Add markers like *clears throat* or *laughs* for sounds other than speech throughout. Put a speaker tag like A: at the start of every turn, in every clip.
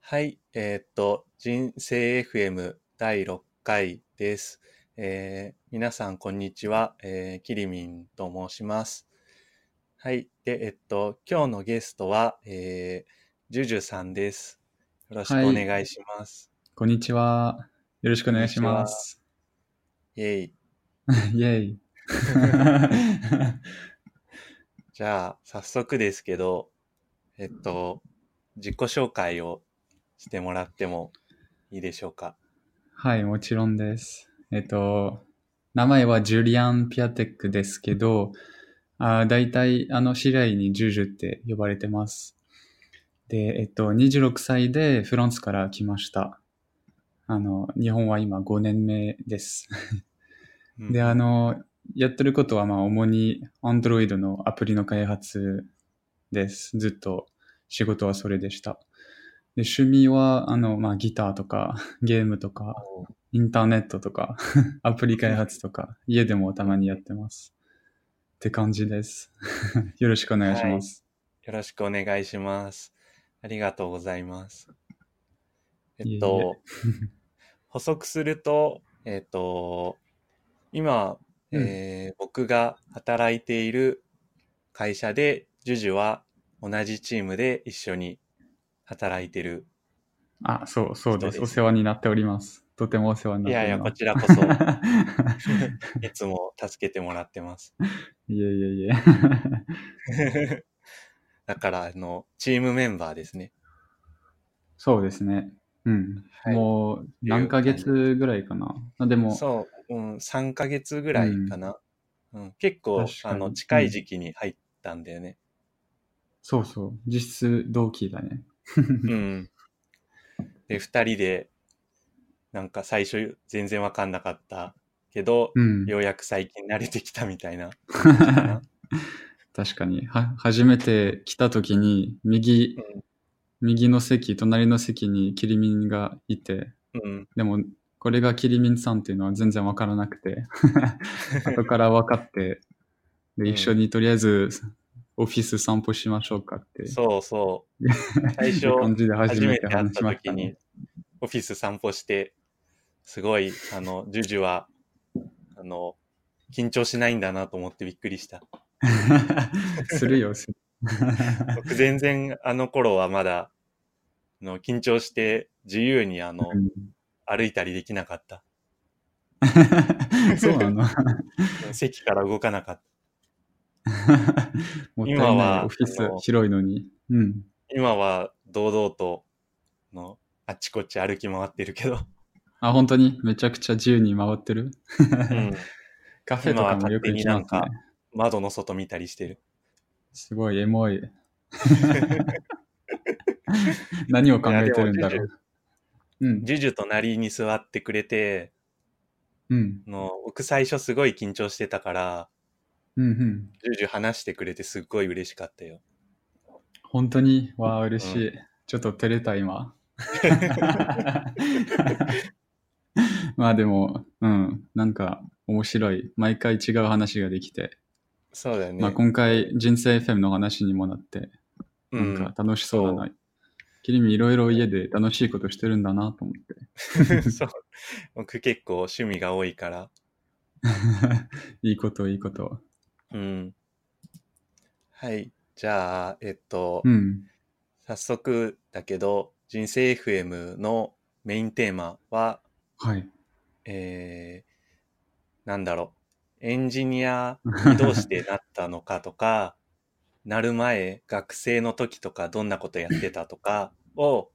A: はい、えーっと、人生 FM 第6回です。えー、皆さん、こんにちは。えー、キリミンと申します。はい、で、えっと、今日のゲストは、えー、ジュジュさんです。よろしくお願いします。
B: こんにちは。よろしくお願いします。
A: イェイ。
B: *laughs* イェイ。
A: じゃあ、早速ですけど、えっと、自己紹介をしてもらってもいいでしょうか。
B: はい、もちろんです。えっと、名前はジュリアン・ピアテックですけど、あ大体、あの、知り合いにジュジュって呼ばれてます。で、えっと、26歳でフランスから来ました。あの、日本は今5年目です。で、あの、やってることは、まあ、主に Android のアプリの開発です。ずっと仕事はそれでした。で趣味は、あの、まあ、ギターとか、ゲームとか、インターネットとか、 *laughs* アプリ開発とか、家でもたまにやってます。って感じです。 *laughs* よろしくお願いします、
A: はい、よろしくお願いします。ありがとうございます。えっと、 *laughs* 補足すると、えっと、今、えー、うん、僕が働いている会社で、ジュジュは同じチームで一緒に働いてる。
B: あ、そう、そうです。お世話になっております。とてもお世話になってお
A: ります。いやいや、こちらこそ、いつも助けてもらってます。
B: *laughs*
A: *laughs*
B: いえいえい *laughs*
A: え。だから、あの、チームメンバーですね。
B: そうですね。うん。はい、もう、何ヶ月ぐらいかな。あでも、
A: そう、うん、3ヶ月ぐらいかな。うん、うん、結構、あの、近い時期に入ったんだよね。うん、
B: そうそう。実質同期だね。
A: うん。で、二人で、なんか最初全然わかんなかったけど、うん、ようやく最近慣れてきたみたいな。
B: *laughs* 確かに。は、初めて来た時に、右、うん、右の席、隣の席にキリミンがいて、うん、でも、これがキリミンさんっていうのは全然わからなく
A: *laughs*
B: て、後から分かって、で、一緒にとりあえずオフィス散歩しましょうかって。
A: そうそう。 *laughs* 最初、初めて会った時に、オフィス散歩して、すごい、あの、ジュジュは、あの、緊張しないんだなと思ってびっくりした。 *laughs*
B: *laughs* するよ、する。 *laughs*
A: 僕全然あの頃はまだ、の緊張して自由にあの、うん、歩いたりできなかった。
B: そう *laughs* なの
A: 席から動かなかった。
B: もったいないオフィス広いのに。うん、
A: 今は堂々とのあっちこっち歩き回ってるけど。
B: あ、本当にめちゃくちゃ自由に回ってる、うん、
A: *laughs*
B: カフェとかもよく行きますね。
A: 窓の外見たりしてる。
B: すごいエモい。 *laughs* 何を考えてるんだろう。
A: ジュジュ,、うん、ジュジュと隣に座ってくれて、
B: うん、
A: の僕最初すごい緊張してたから、
B: うんうん、
A: ジュジュ話してくれてすっごい嬉しかったよ。
B: 本当にわあ、嬉しい。うん、ちょっと照れた、今。 *laughs* まあでも、うん、なんか面白い。毎回違う話ができて。
A: そうだよね。
B: まあ今回、人生 FM の話にもなって、なんか楽しそうだな。うん、君いろいろ家で楽しいことしてるんだなと思って。
A: *laughs*
B: *laughs*
A: そう。僕結構趣味が多いから。
B: いいこと、いいこと。
A: うん。はい。じゃあ、えっと、
B: うん、
A: 早速だけど、人生 FM のメインテーマは、
B: はい。
A: えー、なんだろう。エンジニアにどうしてなったのかとか、 *laughs* なる前、学生の時とかどんなことやってたとかを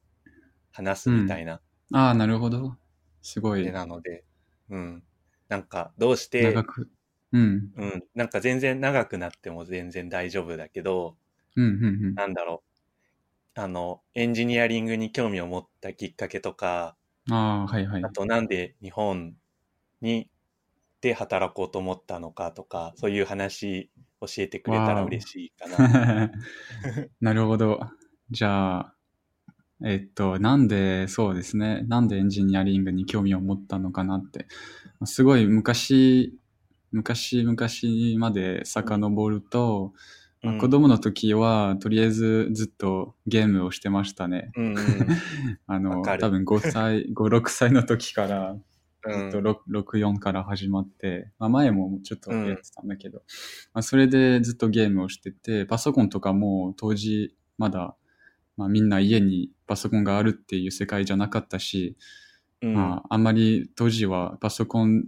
A: 話すみたいな。
B: うん *laughs* 、ああ、なるほど。すごい。
A: なので、うん。なんか、どうして、
B: 長くうん。
A: うん。なんか全然長くなっても全然大丈夫だけ
B: ど、うんうんうん。
A: なんだろう。あの、エンジニアリングに興味を持ったきっかけとか、
B: ああ、はいはい。
A: あとなんで日本に、で働こうと思ったのかとか、そういう話教えてくれたら嬉しいか
B: *laughs*
A: な。
B: なるほど。じゃあ、えっと、なんで、そうですね。なんでエンジニアリングに興味を持ったのかなって。すごい昔、昔々まで遡ると、
A: う
B: まあ
A: ん
B: 子供の時は、とりあえずずっとゲームをしてましたね。 *laughs*
A: うん
B: あの、
A: わかる
B: 多分5歳、5、6歳の時から、
A: う
B: ずっと
A: ん。
B: 6 64から始まって、まあ、前もちょっとやってたんだけど、まあ、それでずっとゲームをしてて、パソコンとかも当時まだ、まあ、みんな家にパソコンがあるっていう世界じゃなかったし、
A: うん。
B: まあ、あんまり当時はパソコン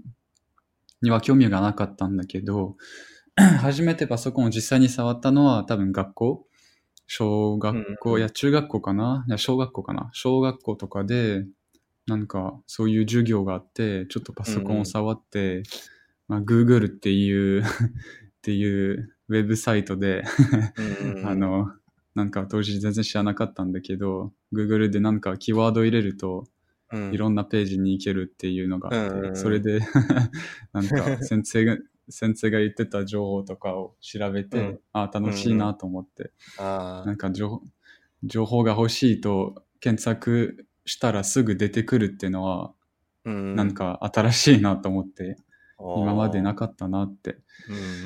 B: には興味がなかったんだけど、 *clears throat* 初めてパソコンを実際に触ったのは多分学校小学校、
A: うん
B: いや中学校かないや小学校かな小学校とかでなんかそういう授業があってちょっとパソコンを触って、まあ、Google っていう *laughs* っていうウェブサイトで
A: うん
B: あ、の、なんか当時全然知らなかったんだけど、Google でなんかキーワード入れると、
A: うん
B: いろんなページに行けるっていうのがあって、
A: うん
B: それで *laughs* なんか先生が *laughs* 先生が言ってた情報とかを調べて、
A: うん
B: ああ楽しいなと思って、
A: あ
B: な
A: ー
B: んか情報情報が欲しいと検索したらすぐ出てくるっていうのは、
A: うん
B: なんか新しいなと思って、今までな
A: く
B: かったなって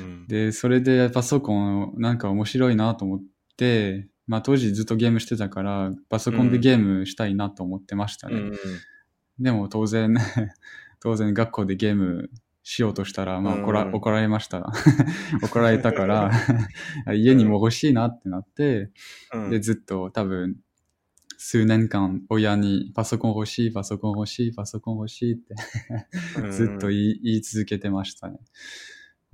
A: うん
B: で、それでパソコンなんか面白いなと思って、まあ当時ずっとゲームしてたから、パソコンでゲームしたいなと思ってました
A: う
B: ね。
A: ん
B: でも当然、 *laughs* 当然学校でゲームしようとしたら、まあ怒ら,、
A: うん
B: 怒られました。 *laughs* 怒られ *laughs* たから、家にも欲しいなってなって、
A: うん
B: で、ずっと多分、数年間親にパソコン欲しい、パソコン欲しい、パソコン欲しいって
A: うん
B: ずっと言い,、言い続けてましたね。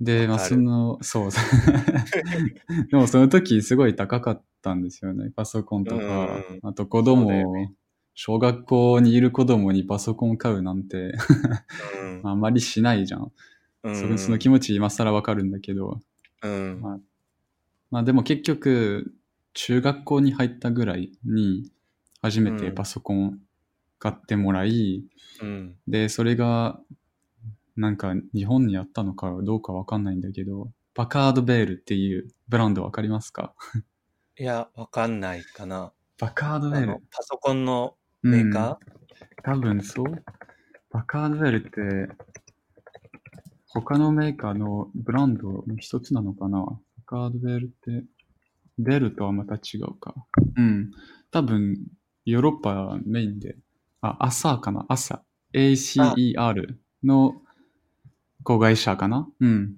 B: で、ま
A: わ
B: あ、
A: かる
B: その、そう。 *laughs* でも、その時、すごい高かったんですよね。パソコンとか、
A: うん
B: あと
A: そ
B: 子
A: うだ
B: 供
A: よ
B: を、
A: ね
B: 小学校にいる子供にパソコン買うなんて、
A: うん
B: *laughs* あんまりしないじゃん。
A: うん
B: そその気持ち、今更わかるんだけど。
A: うん
B: まあ、まあ、でも結局、中学校に入ったぐらいに、初めてパソコン買ってもらい、
A: うん
B: で、それが、なんか日本にあったのかどうかわかんないんだけど、パカードベールっていうブランドわかりますか
A: いや、わかんないかな。
B: パカードベ
A: あ
B: ール
A: のパソコンのメーカ
B: うん、多分そう。パカードベールって、他のメーカーのブランドの一つなのかなパカードベールって、ベルとはまた違うか。うん。多分、ヨーロッパメインで、あ、アサーかなアサ。ACER の子会社かなうん。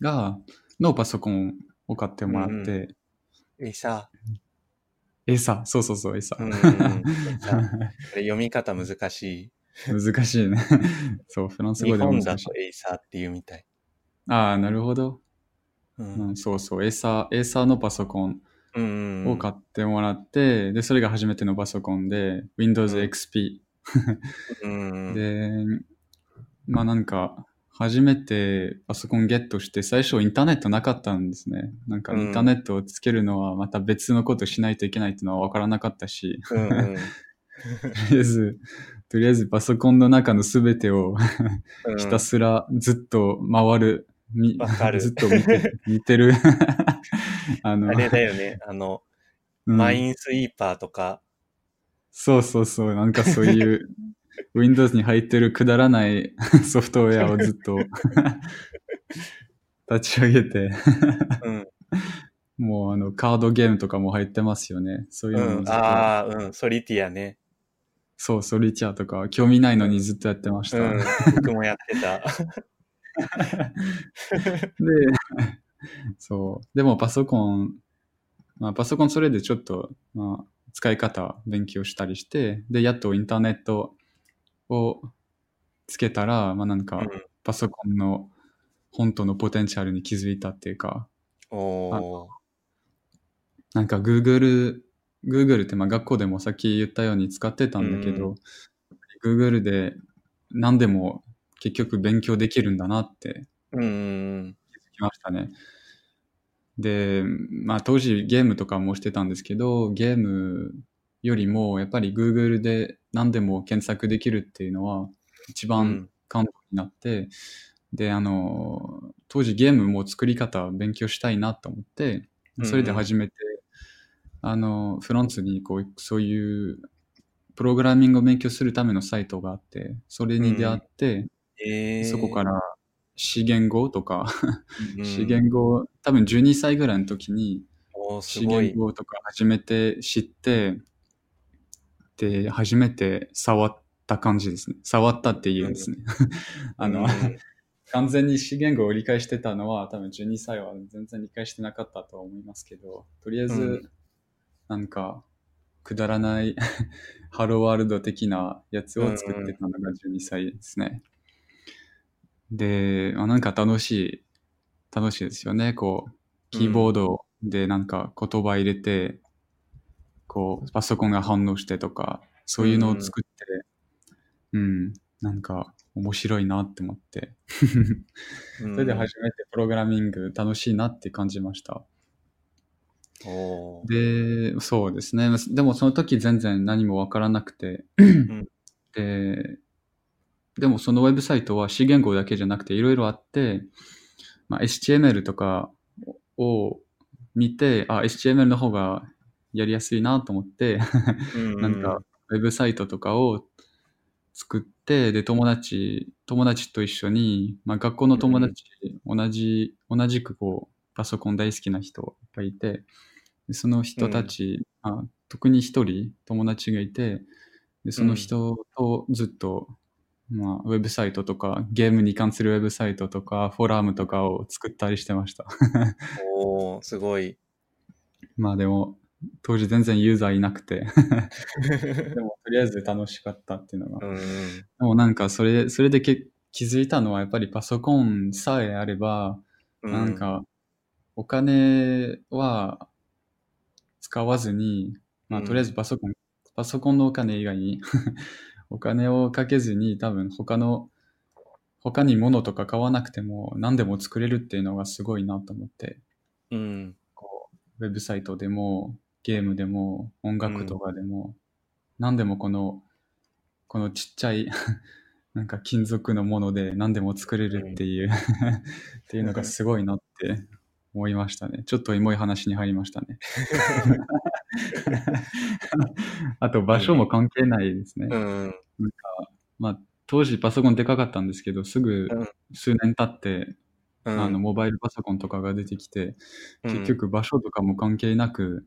B: が、のパソコンを買ってもらって、
A: うんうーエサ。
B: エサ、そうそうそう、エサ。
A: うんエサこれ読み方難しい。
B: *laughs* 難しいね。そう、フランス
A: 日
B: 語でも
A: 本だ
B: 難しい
A: と。エイサーっていうみたい。
B: ああ、なるほど、
A: う
B: うんん。そうそう、エーサー、エーサーのパソコン
A: うん
B: を買ってもらって、で、それが初めてのパソコンで、Windows
A: うん
B: XP。
A: うん
B: で、まあなんか、初めてパソコンゲットして、最初インターネットなかったんですね。なんか
A: うん
B: インターネットをつけるのはまた別のことしないといけないっていうのはわからなかったし、
A: *laughs* うんうん
B: とりあえず、とりあえずパソコンの中のすべてを
A: うん
B: ひたすらずっと回る。み
A: わかる
B: *laughs* ずっと見て見てる。 *laughs* あの
A: あれだよね。あの、
B: うん
A: マインスイーパーとか。
B: そうそうそう。なんかそ
A: *laughs*
B: ういう、Windows に入ってるくだらない *laughs* ソフトウェアをずっ
A: *laughs*
B: と立ち上げて、
A: うん。
B: もうあの、カードゲームとかも入ってますよね。そういう
A: う
B: のもずっ
A: ん。
B: と。
A: ああ、うん。ソリティアね。
B: そう、ソリチャーとか、興味ないのにずっとやってました。
A: うん。僕もやってた。
B: で、 *laughs* そう。でもパソコン、まあ、パソコンそれでちょっと、まあ、使い方勉強したりして、で、やっとインターネットをつけたら、まあなん
A: う
B: か
A: ん、
B: パソコンの本当のポテンシャルに気づいたっていうか、
A: おー。
B: なんか Google、Google ってまあ学校でもさっき言ったように使ってたんだけど、Google で何でも結局勉強できるんだなって
A: うんうん
B: きましたね。で、まあ当時ゲームとかもしてたんですけど、ゲームよりもやっぱり Google で何でも検索できるっていうのは一
A: うん。う
B: 番
A: ん
B: 感動になって、で、あの、当時ゲームも作り方勉強したいなと思って、それで初めて、あの、フランスにこう、そういうプログラミングを勉強するためのサイトがあって、それに出会って、
A: えー
B: そこから資源語とか、
A: うん
B: 資源語、多分12歳ぐらいの時に、
A: おーす
B: 資
A: ごい
B: 源。語とか初めて知って、で、初めて触った感じですね。触ったって言うんですね。 *laughs* あの、
A: うん
B: 完全に資源語を理解してたのは、多分12歳は全然理解してなかったとは思いますけど、とりあえず、
A: うん
B: なんか、くだらない *laughs* ハローワールド的なやつを作ってたのが12歳ですね。で、まあ、なんか楽しい、楽しいですよね。こう、キーボードでなんか言葉入れて、こう、パソコンが反応してとか、そういうのを作って、うん、なんか面白いなって思って。それで初めてプログラミング楽しいなって感じました。
A: おー
B: で、そうですね。でもその時全然何もわからなくて、 *clears throat* で、でもそのウェブサイトは C 言語だけじゃなくていろいろあって、まあ、HTML とかを見て、あ、HTML の方がやりやすいなと思って、
A: うん
B: なんか、ウェブサイトとかを作って、で、友達、友達と一緒に、まあ、学校の友達、同じ、同じくこう、パソコン大好きな人がいて、でその人たち、あ特に一人友達がいて、でその人とずっと、まあ、ウェブサイトとか、ゲームに関するウェブサイトとか、フォーラムとかを作ったりしてました。 *laughs*
A: おーすごい。 *laughs*
B: まあでも、当時全然ユーザーいなくて、 *laughs* でもとりあえず楽しかったっていうのが
A: うんうん
B: でもなんかそれ、それでけ気づいたのはやっぱりパソコンさえあれば、
A: うん
B: なん、かお金は使わずに、まあ
A: うん
B: とりあえずパソコン、パソコンのお金以外に *laughs* お金をかけずに多分他の、他に物とか買わなくても何でも作れるっていうのがすごいなと思って、
A: うん。
B: ウェブサイトでも、ゲームでも、音楽とかでも、何でもこの、このちっちゃい、 *laughs* なんか金属のもので何でも作れるっていう、 *laughs* っていうのがすごいなって思いましたね。ちょっとエモい話に入りました
A: *laughs*
B: ね。あと場所も関係ないですね。
A: うん。
B: まあ当時パソコンでかかったんですけど、すぐ
A: うん
B: 数年経って、
A: うん
B: あの、モバイルパソコンとかが出てきて、
A: うん
B: 結局場所とかも関係なく、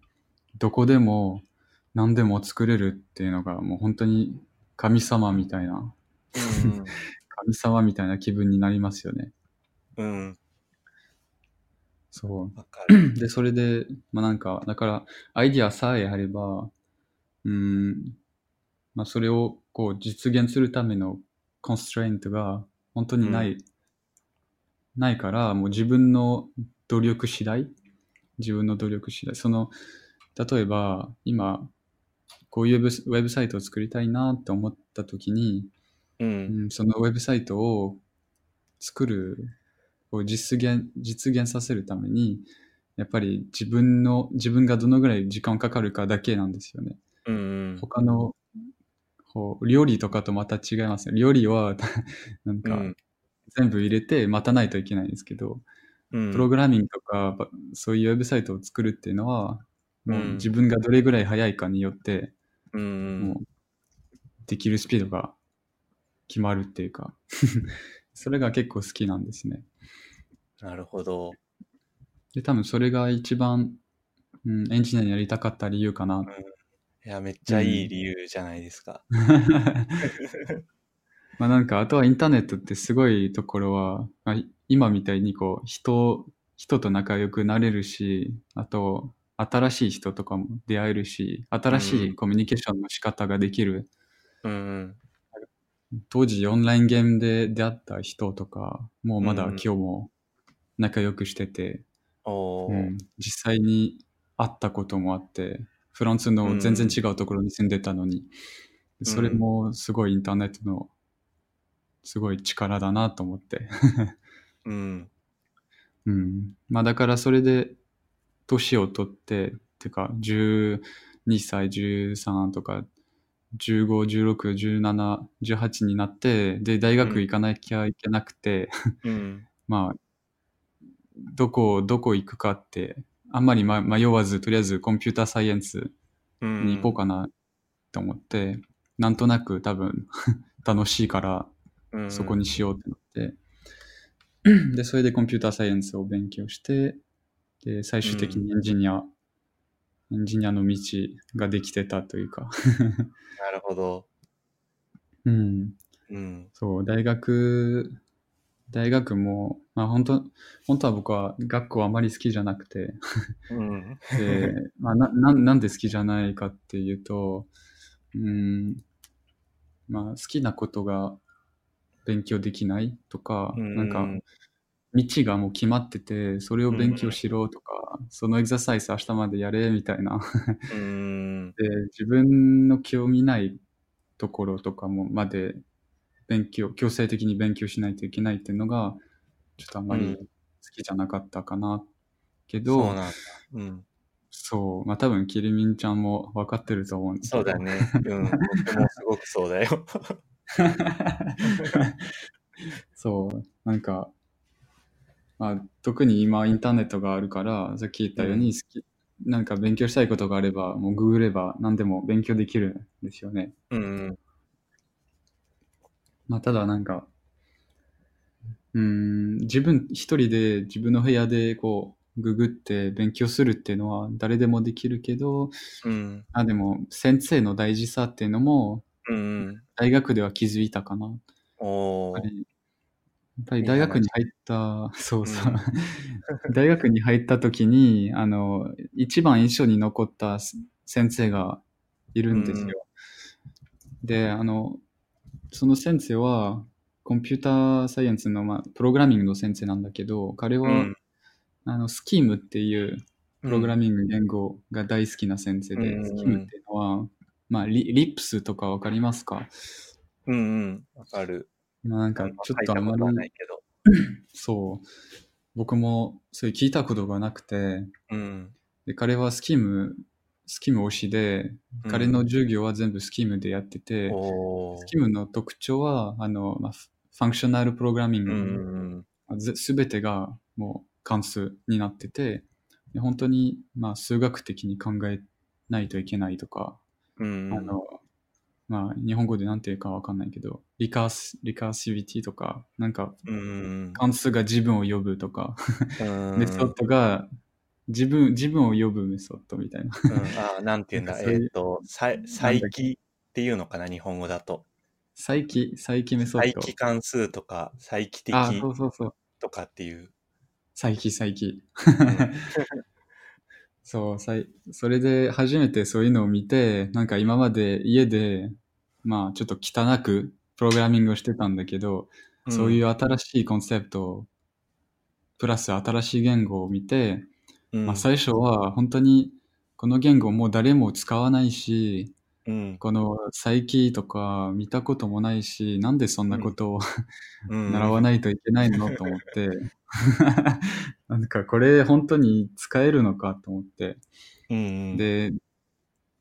B: どこでも何でも作れるっていうのがもう本当に神様みたいな、神様みたいな気分になりますよね。
A: うん。う
B: *laughs*
A: ん。
B: そ
A: わかる。
B: う。 *clears throat* で、それで、まあなんか、だからアイディアさえあれば、うん、まあそれをこう実現するためのコンストレイントが本当にない、ないから、もう自分の努力次第自分の努力次第。その、例えば、今、こういうウェブウェブサイトを作りたいなって思った時に、
A: う。
B: うんん、そのウェブサイトを作る、こう実現、実現させるために、やっぱり自分の、自分がどのぐらい時間かかるかだけなんですよね。
A: うん。
B: 他の、こう、料理とかとまた違いますね。料理は、 *laughs* なん
A: う
B: か、
A: ん。
B: 全部入れて待たないといけないんですけど、
A: うん
B: プログラミングとか、ばそういうウェブサイトを作るっていうのは、もううん自分がどれぐらい早いかによって、
A: うん
B: もうできるスピードが決まるっていうか、 *laughs* それが結構好きなんですね。
A: なるほど。
B: で、多分それが一番、うん、エンジニアにやりたかった理由
A: *laughs*
B: かな。
A: いや、めっちゃいい理由じゃないですか。
B: まあなんか、あとはインターネットってすごいところは、まあ、今みたいにこう、人、人と仲良くなれるし、あと、新しい人とかも出会えるし、新しいコミュニケーションの仕方ができる。
A: うん。
B: 当時オンラインゲームで出会った人とか、もうまだ
A: うん
B: 今日も仲良くしてて、
A: お
B: う
A: ー
B: ん実際に会ったこともあって、フランスの全然違うところに住んでたのに、
A: ん
B: それもすごいインターネットのすごい力だなと思って。 *laughs*
A: うん。
B: うん。まあだからそれで年を取って、てか12歳、13とか、15、16、17、18になって、で、大学行かなきゃいけなくて、
A: うん。
B: まあ、どこ、どこ行くかって、あんまり、ま、迷わず、とりあえずコンピューターサイエンス
A: うん。
B: に行こうかなと思って、なんとなく多分 *laughs* 楽しいから
A: うん
B: そこにしようってなって、で、それでコンピューターサイエンスを勉強して、で、最終的にエンジニア、エンジニアの道ができてたというか。 *laughs*
A: なるほど。
B: うん。
A: うん。
B: そう、大学、大学も、まあ本当、本当は僕は学校あまり好きじゃなくて、
A: うん。 *laughs*
B: で、まあな、なんなんで好きじゃないかっていうと、うん、まあ好きなことが勉強できないとか、
A: うん
B: なんか、道がもう決まってて、それを勉強しろとか、そのエクササイズ明日までやれみた
A: *laughs*
B: いな。
A: うん。
B: で、自分の興味ないところとかもまで勉強、強制的に勉強しないといけないっていうのが、ちょっとあんま
A: うん
B: り好きじゃなかったかな。けど、
A: そうなんだ。うん。
B: そう、まあ多分、キリミンちゃんも分かってると思うんですけ
A: そ
B: ど
A: うだ。ね。
B: *laughs*
A: うん。僕もすごくそうだよ。
B: そう、なんか、まあ、特に今インターネットがあるから、さっき言ったように好き、なんか勉強したいことがあれば、もうググれば何でも勉強できるんですよね。
A: うん。
B: まあ、ただなんか、うーん、自分一人で自分の部屋でこう、ググって勉強するっていうのは誰でもできるけど、
A: うん。
B: あ、でも先生の大事さっていうのも
A: うん。
B: 大学では気づいたかな。
A: お
B: やっ
A: ー。
B: ぱりやっぱり大学に入った、 *laughs* そうそう
A: う。
B: *laughs* 大学に入った時に、あの、一番印象に残ったす先生がいるんですよ。で、あの、その先生は、コンピューターサイエンスの、まあ、プログラミングの先生なんだけど、彼は、
A: うん
B: あの、スキームっていうプログラミング言語が大好きな先生で、
A: うん
B: スキームっていうのは、まあ、リリップスとかわかりますか
A: うんうん。わかる。
B: まあ、なんか、ちょっとあんま
A: 書いたことは
B: り
A: ないけど。
B: そう。僕も、それ聞いたことがなくて、
A: うん。
B: で彼はスキーム、スキーム推しで、
A: うん
B: 彼の授業は全部スキームでやってて、
A: お
B: ス
A: ー。
B: キームの特徴は、あの、まあ、フファンクショナルプログラミン
A: う
B: グ、
A: ん。
B: すべてがもう関数になってて、で本当に、まあ、数学的に考えないといけないとか、
A: うん。
B: あの、まあ、日本語でなんていうかわかんないけど、リカース、リカーシビティとか、なんか、
A: うん。
B: 関数が自分を呼ぶとか、
A: うん
B: メソ *laughs* ッドが自分自分を呼ぶメソッドみたいな。 *laughs*
A: うんあーなんていうんだ、
B: なん
A: え
B: かそういう
A: ーっと、再再起っていうのかな、日本語だと。
B: 再起、再起メソッ
A: 再
B: ド。
A: 起関数とか、再起的
B: あ、そうそうそう。
A: とかって
B: *laughs*
A: いう。
B: 再起、再起。そう、再それで初めてそういうのを見て、なんか今まで家で、まあちょっと汚くプログラミングをしてたんだけど、そういうう新しいコンセプトを、プラス新しい言語を見て、
A: ん、
B: まあ最初は本当にこの言語もう誰も使わないし、
A: うん、
B: この再起とか見たこともないし、なんでそんなことを
A: うん、
B: 習わないといけないのと
A: *laughs*
B: 思って、なんかこれ本当に使えるのかと思って、
A: うん、
B: で、っ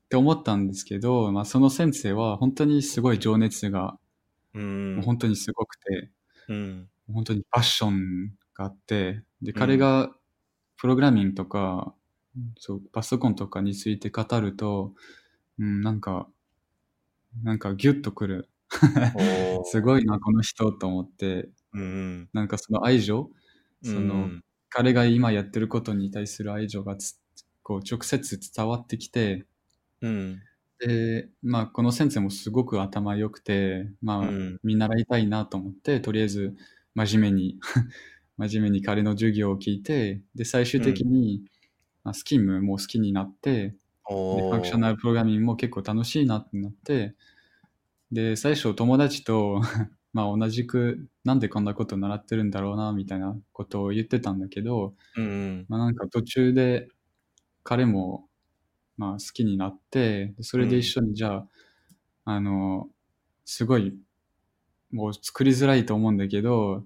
B: て思ったんですけど、まあその先生は本当にすごい情熱が、
A: うん、
B: もう本当にすごくて、
A: うん、
B: 本当にパッションがあって、で、彼がプログラミングとか、そう、パソコンとかについて語ると、うん、なんか、なんかギュッとくる。 *laughs* す
A: い、
B: ごいな、この人と思って、
A: うん、
B: なんかその愛情、
A: うん、
B: その
A: うん
B: 彼が今やってることに対する愛情がつこう直接伝わってきて、
A: うん、
B: で、まあ、この先生もすごく頭良くて、まあ、
A: うん
B: 見習いたいなと思って、とりあえず真面目に、 *laughs* 真面目に彼の授業を聞いて、で、最終的に、まあ、スキムも好きになって、でフ
A: お
B: ァンクショナルプログラミングも結構楽しいなってなって、で、最初友達と、 *laughs* まあ同じく、なんでこんなこと習ってるんだろうな、みたいなことを言ってたんだけど、
A: うん、
B: まあなんか途中で彼も、まあ好きになって、でそれで一緒にじゃあ、あの、すごい、もう作りづらいと思うんだけど、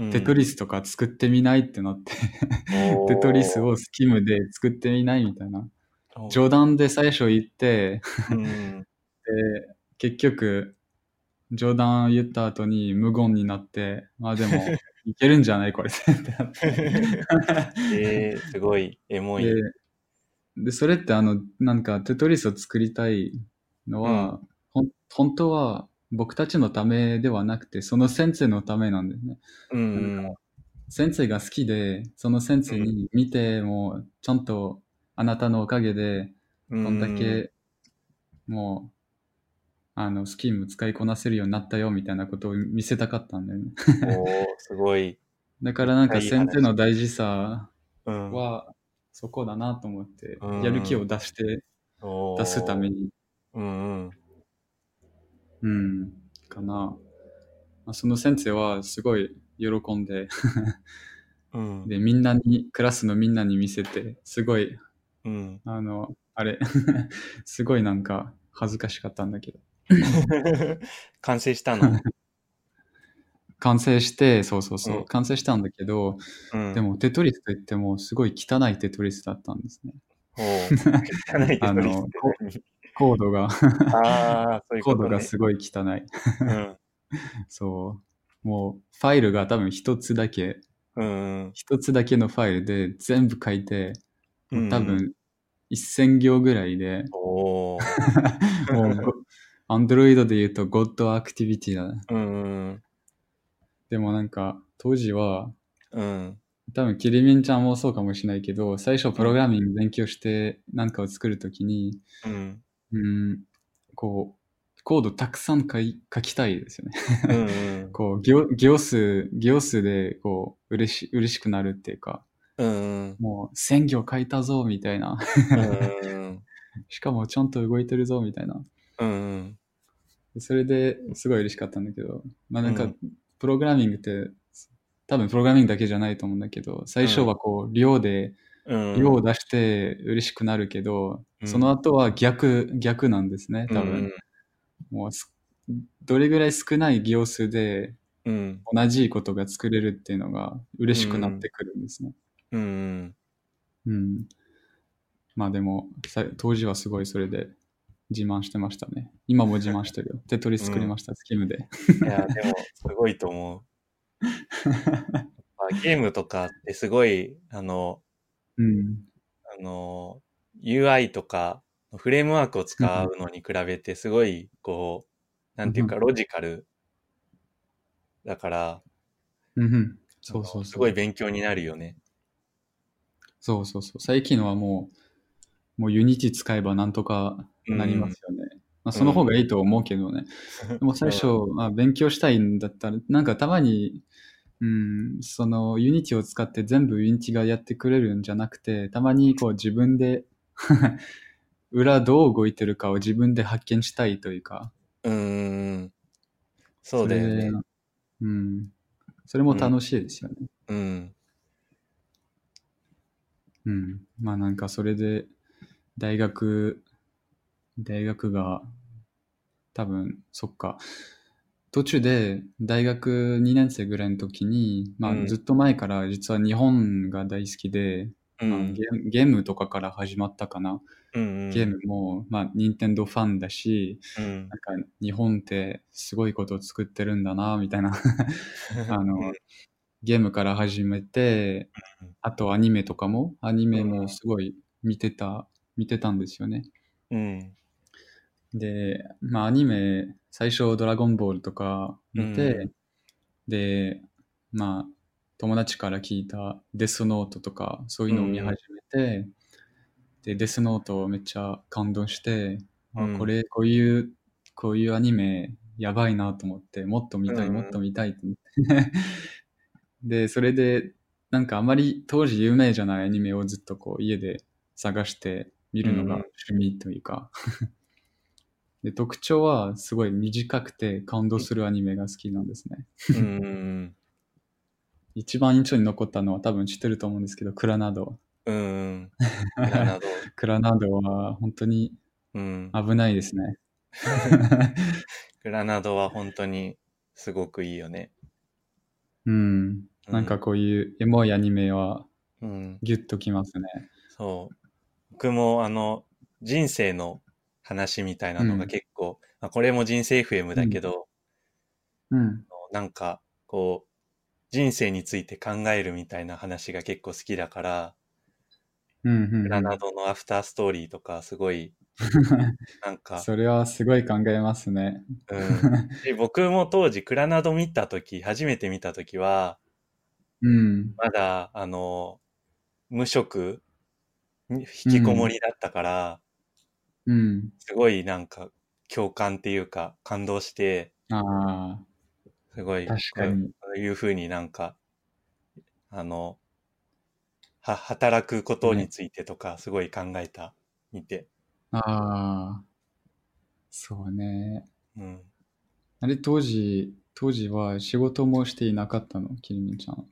A: うん、
B: テトリスとか作ってみないってなって、
A: おー
B: テトリスをスキムで作ってみないみたいな。冗談で最初言って、
A: うん、 *laughs*
B: で、結局、冗談を言った後に無言になって、まあでも、いけるんじゃないこれってなって。
A: えー、すごい、エモい。
B: でで、それってあの、なんか、テトリスを作りたいのは、ほん本当は僕たちのためではなくて、その先生のためなんですね。
A: うん、
B: 先生が好きで、その先生に見ても、ちゃんとあなたのおかげで、
A: う
B: どんだ
A: うん
B: け、もう、あの、スキーム使いこなせるようになったよ、みたいなことを見せたかったんだよね。 *laughs*
A: おーすごい。
B: だからなん
A: い
B: か
A: い話
B: 先生の大事さ
A: うん、
B: は、そこだなと思って
A: う、ん
B: やる気を出して、出すため
A: に。
B: に、
A: うんうん。
B: うん、かな。まあその先生はすごい喜んで、 *laughs*
A: うん。
B: で、みんなに、クラスのみんなに見せて、すごい、
A: うん、 *laughs*
B: あの、あれ、 *laughs* すごいなんか恥ずかしかったんだけど。
A: 完成した
B: *laughs*
A: の。
B: 完成して、そうそうそう、
A: うん
B: 完成したんだけど、
A: うん、
B: でもテトリスといっても、すごい汚いテトリスだったんですね。
A: おー。汚いけど
B: あの
A: リスクない
B: コードが、
A: ああ、そういう
B: コ
A: こ
B: ード
A: と、*laughs*
B: が
A: ね。
B: すごい汚い。
A: うん
B: そう。もう、ファイルが多分一つだけ、
A: うん
B: 一つだけのファイルで全部書いて、
A: うん。うん
B: 多。分1000行ぐらいで、
A: おー。
B: *laughs* もう、アンドロイドで言うと God Activity だね。
A: うん
B: でもなんか、当時は、
A: うん。うん。
B: 多分キリミンちゃんもそうかもしれないけど、最初プログラミング勉強して何かを作るときに、
A: うん。
B: うん、こう、コードたくさん書い書きたいですよね。
A: うんうん。
B: こう、行行数、行数で、こう、嬉し、嬉しくなるっていうか、
A: うん
B: もう、1000行書いたぞ、みたいな。
A: うん。
B: しかも、ちゃんと動いてるぞ、みたいな。
A: うん。
B: それですごい嬉しかったんだけど、まあなんか、
A: うん
B: プログラミングって、多分プログラミングだけじゃないと思うんだけど、最初はこう、量で、
A: うん。
B: 量を出して嬉しくなるけど、
A: うん
B: その後は逆、逆なんですね、多分。もうす、どれぐらい少ない行数で
A: うん。うん。
B: 同じことが作れるっていうのが嬉しくなってくるんですね。
A: うん。
B: うん。まあでも、さ当時はすごいそれで自慢してましたね。今も自慢して *laughs* るよ。テトリス作りました、スキムで。
A: いや、でも、すごいと思う。まあゲームとかってすごい、あの、
B: *laughs* うん。
A: あの、UI とか、フレームワークを使うのに比べて、すごい、こう、なんていうか、
B: う
A: ロジカル。だから、
B: うんうん。そうそうそう。
A: すごい勉強になるよね。
B: そうそうそう。最近のはもう、もうユニティ使えばなんとかなりますよね。まあ、その方がいいと思うけ
A: *laughs*
B: どね。でも最初、あ、勉強したいんだったら、なんかたまに、うん、そのユニティを使って全部ユニティがやってくれるんじゃなくて、たまにこう自分で *laughs* 裏どう動いてるかを自分で発見したいというか。
A: うーん。そうだよ
B: れ
A: ね
B: で。うん。それも楽しいですよね。
A: うん。
B: うん。まあなんかそれで、大学、大学が、多分、そっか。途中で、大学2年生ぐらいの時に、ま
A: うん
B: あずっと前から実は日本が大好きで、
A: う
B: まあ
A: ん
B: ゲ。ーゲームとかから始まったかな。
A: うん
B: ゲームも、まあ任天堂ファンだし、
A: うん。
B: なんか日本ってすごいことを作ってるんだな、みたいな。あの、ゲームから始めて
A: うん、
B: あとアニメとかも、アニメ
A: うん
B: もすごい見てた、見てたんですよね。
A: うん。
B: で、まあアニメ、最初ドラゴンボールとか見て、
A: う
B: で、まあ友達から聞いたデスノートとか、そういうのを見始めて、で、デスノートをめっちゃ感動して、あ
A: うん
B: これ、こういう、こういうアニメやばいなと思って、もっと見たい、
A: うん
B: もっと見たいと思って。 *laughs* で、それで、なんかあまり当時有名じゃないアニメをずっとこう家で探して見る
A: う
B: のが
A: ん
B: 趣味というか。 *laughs* で、特徴はすごい短くて感動するアニメが好きなんですね。
A: うん。
B: 一番印象に残ったのは多分知ってると思うんですけど、クラナド。 *laughs*
A: うん。なるほど。
B: クラナドは本当に
A: うん。
B: 危ないですね。
A: *laughs* グラナドは本当にすごくいいよね。
B: うん。なんかこういうエモいアニメは
A: うん。
B: ギュッときますね。
A: そう。僕もあの、人生の話みたいなの
B: う
A: が
B: ん
A: 結構、まあ、これも人生 FM だけど、
B: うん。
A: なんか、こう、人生について考えるみたいな話が結構好きだから、
B: うんうん、
A: グラナドのアフターストーリーとかすご
B: *laughs*
A: い、なんか、
B: それはすごい考えますね。
A: うん。で僕も当時、クラナド見たとき、初めて見たときは、
B: うん。
A: まだ、あの、無職、に引きこもりだったから、
B: うん。
A: すごいなんか共感っていうか感動して、
B: あ
A: すごい、
B: あ、確かに。
A: こういうふうになんか、あの、は、働くことについてとか、すごい考えた、見て。
B: ああ、そうね。
A: うん。
B: あれ、当時、当時は仕事もしていなかったの、きりみちゃん。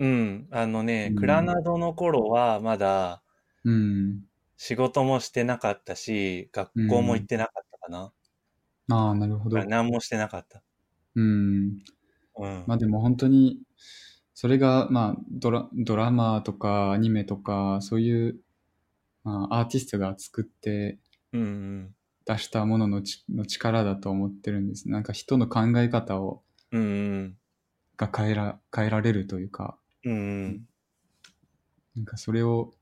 A: うん。あのね、
B: うん
A: クラナドの頃は、まだ、
B: うん。
A: 仕事もしてなかったし、学校も行ってなかったかな。
B: ああ、なるほど
A: だから。何もしてなかった。
B: うん。
A: うん。
B: まあでも本当に、それが、まあ、ドラ、ドラマとかアニメとか、そういう、まあ、アーティストが作って
A: うんうん。
B: 出したもののちの力だと思ってるんです。なんか人の考え方を、
A: うんうん。
B: が変えら、変えられるというか、
A: うんうん。
B: なんかそれを、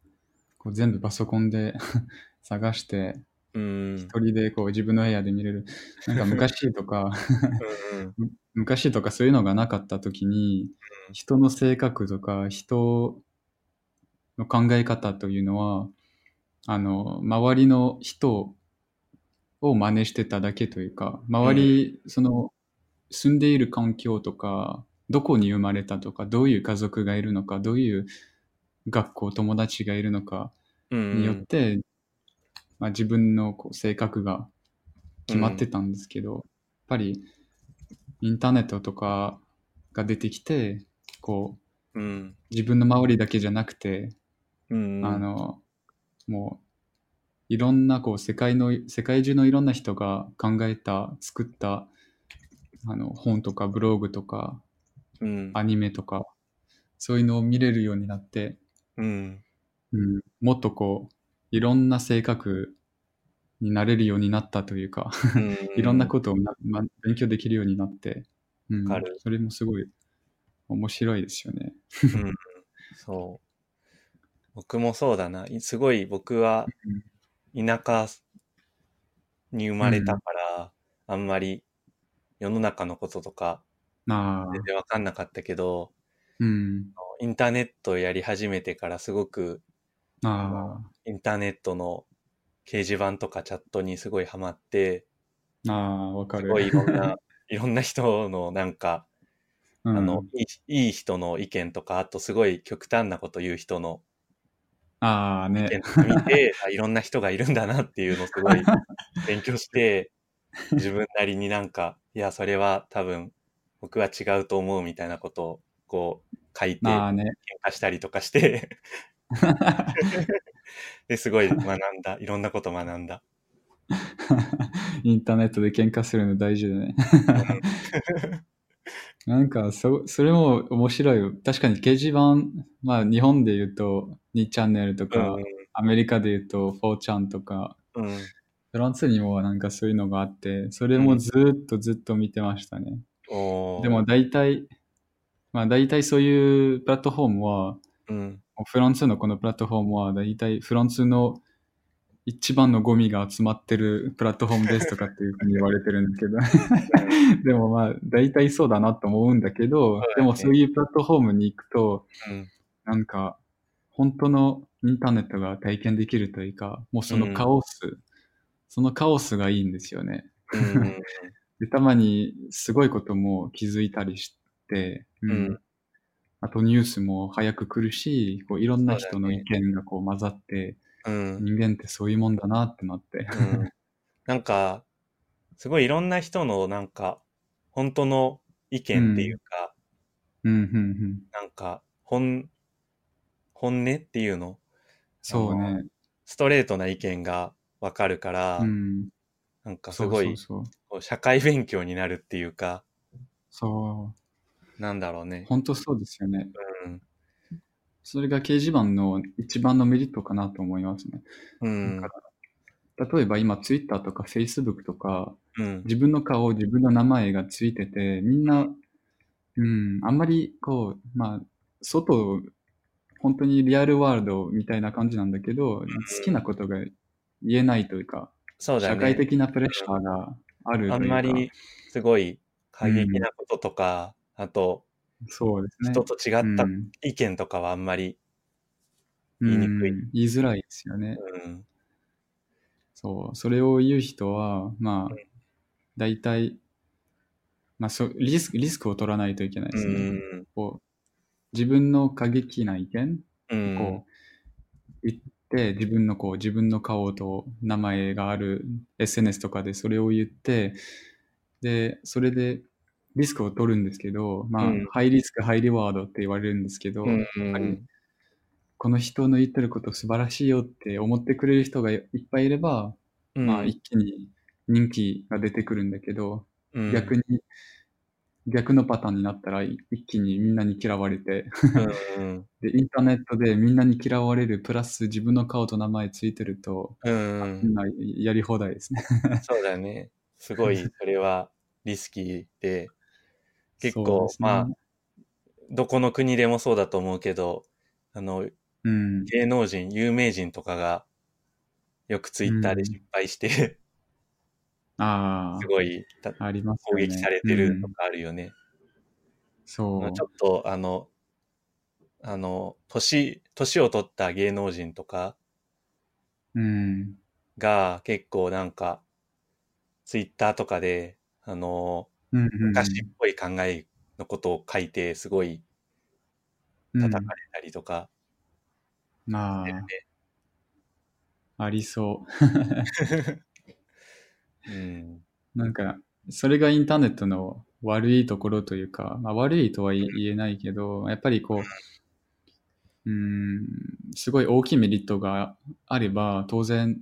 B: こう全部パソコンで *laughs* 探して、
A: うん
B: 一人でこう自分の部屋で見れる。なんか昔とか、
A: うん。
B: 昔とかそういうのがなかった時に
A: う、ん
B: 人の性格とか人の考え方というのは、あの、周りの人を真似してただけというか、周り、その、住んでいる環境とか、どこに生まれたとか、どういう家族がいるのか、どういう学校、友達がいるのか
A: う
B: によっ
A: ん。
B: て、まあ、自分のこう性格が決まってたんですけど、やっぱりインターネットとかが出てきてこう
A: うん。
B: 自分の周りだけじゃなくて、
A: うん。
B: あのもういろんなこう世界の世界中のいろんな人が考えた作ったあの本とかブログとか
A: うん。
B: アニメとかそういうのを見れるようになって、 *laughs*
A: うん。
B: うん、もっとこういろんな性格になれるようになったというかいろんなことをな、ま、勉強できるようになって、うん
A: わかる、
B: それもすごい面白いですよね。
A: そう。僕もそうだな。いすごい僕は田舎に生まれたから、あんまり世の中のこととか
B: ああ、
A: 全然わかんなかったけど、
B: うん。
A: インターネットをやり始めてからすごく
B: あ
A: インターネットの掲示板とかチャットにすごいハマって、
B: あ、ああ、わか
A: す
B: る。
A: ごいいろんな、 *laughs* いろんな人のなんか、
B: あ
A: あの、いい、いい人の意見とか、あとすごい極端なこと言う人の
B: ああ
A: 見
B: ね。
A: て、 *laughs* あいろんな人がいるんだなっていうのをすごい勉強
B: *laughs*
A: して、自分なりになんか、いや、それは多分、僕は違うと思うみたいなことを、こう、書いて、喧
B: ああね。 *laughs*
A: 嘩したりとかして、 *laughs* ですごい学んだ。いろんなこと学
B: *laughs*
A: んだ。
B: インターネットで喧嘩するの大事だね。 *laughs* なんかそ、それも面白いよ。確かに掲示板、まあ日本で言うと2チャンネルと
A: う
B: か、
A: ん。
B: アメリカで言うと4チャンとか、
A: うん。
B: フランスにもなんかそういうのがあって、それもずーっとずっと見てましたね。
A: おー
B: でも、大体、まあ大体そういうプラットフォームは、
A: うん。
B: フランスのこのプラットフォームは大体フランスの一番のゴミが集まってるプラットフォームですとかっていうふうに言われてるんですけど、 *laughs* でもまあ大体そうだなと思うんだけど、でもそういうプラットフォームに行くと、
A: うん。
B: なんか本当のインターネットが体験できるというか、もうそのカオス、そのカオスがいいんですよね。
A: うん。
B: で、たまにすごいことも気づいたりして、う
A: うん
B: あとニュースも早く来るし、こういろんな人の
A: そうだね
B: 意見がこう混ざって、
A: うん。
B: 人間ってそういうもんだなってなって。
A: うんなんか、すごいいろんな人のなんか、本当の意見っていうか、
B: うん、うん、うん。
A: なんか、本、本音っていうの
B: そうね。
A: ストレートな意見がわかるから、
B: うん。
A: なんかす
B: そう
A: ご
B: そ
A: いう
B: そう。
A: こう社会勉強になるっていうか、
B: そ
A: なんだろう
B: う。
A: ね。
B: 本当そうですよね。
A: うん。
B: それが掲示板の一番のメリットかなと思いますね。
A: うん
B: だ。から例えば今 Twitter とか Facebook とか、
A: うん。
B: 自分の顔、自分の名前がついてて、みんな、うん、あんまりこう、まあ、外、本当にリアルワールドみたいな感じなんだけど、好きなことが言えないというか、
A: そうだ
B: 社会
A: ね。
B: 的なプレッシャーがあるという
A: あ
B: か。
A: んまり、すごい過激なこととか、あと、
B: そうですね。
A: 人と違った
B: うん
A: 意見とかはあんまり、
B: う
A: 言いにくい
B: ん言いづらいですよね。
A: うん、
B: そう、それを言う人は、まあ
A: うん、
B: 大体、まあそうリスク、リスクを取らないといけないで
A: う
B: すね。
A: ん、
B: こう自分の過激な意見
A: うん、
B: こう言って、自分のこう自分の顔と名前がある SNS とかでそれを言ってでそれでリスクを取るんですけど、まあ
A: うん
B: ハイリスクハイリワードって言われるんですけど、
A: うん、
B: ぱりこの人の言ってること素晴らしいよって思ってくれる人がいっぱいいれば、
A: うん
B: まあ、一気に人気が出てくるんだけど、
A: うん
B: 逆に逆のパターンになったら一気にみんなに嫌われて
A: うん、
B: で、インターネットでみんなに嫌われる、プラス自分の顔と名前ついてると、 *laughs*
A: うん、
B: みんなやり放題ですね。
A: そうだね。す
B: *laughs*
A: ごい、それはリスキーで、結構
B: そうですね
A: まあ、どこの国でもそうだと思うけど、あの、
B: うん。
A: 芸能人、有名人とかが、よくツイッターで失敗して、
B: あ
A: すごいた
B: あ、あります
A: 攻
B: よね。
A: 撃されてると
B: うん
A: かあるよね。
B: そう。
A: ちょっと、あの、あの、年、年を取った芸能人とか
B: うん。
A: が結構なんか、ツイッターとかで、あの、
B: うんうんうん。
A: 昔っぽい考えのことを書いて、すごい叩かれたりとか、
B: うんまあ、ありそ
A: うん、
B: う。なんか、それがインターネットの悪いところというか、まあ、悪いとは言えないけど、やっぱりこう、うん、すごい大きいメリットがあれば、当然、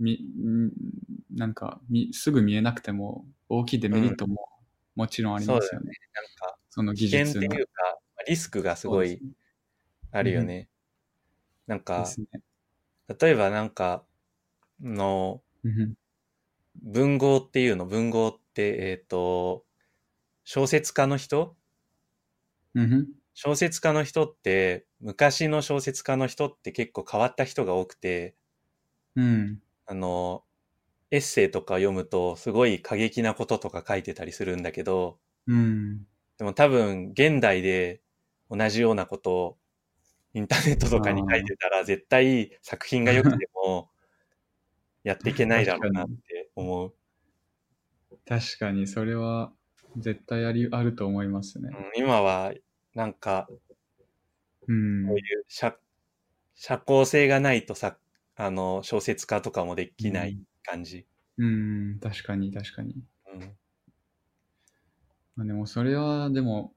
B: み、んなんか、み、すぐ見えなくても、大きいデメリットももちろんありますよね。
A: なんか
B: その技
A: 危険って
B: 術
A: いう
B: の
A: か。リスクがすごいあるよね。なん
B: そう
A: か
B: ですね。ですね
A: 例えばなんかの
B: うん
A: 文豪っていうの文豪ってえっ、と小説家の人
B: うん。うん
A: 小説家の人って昔の小説家の人って結構変わった人が多くて
B: うん。うん。
A: あのエッセイとか読むとすごい過激なこととか書いてたりするんだけど
B: うん。
A: でも多分現代で同じようなことをインターネットとかに書いてたら絶対作品が良くて
B: *laughs*
A: もやっていけないだろうなって思う。
B: 確かに、それは、絶対あり、あると思いますね
A: う。ん今はなんか
B: うん
A: こうい。う社社交性がないとさあの小説家とかもできない感じ。
B: うん、確かに、確かに。
A: うん
B: まあ、でもそれは、でも、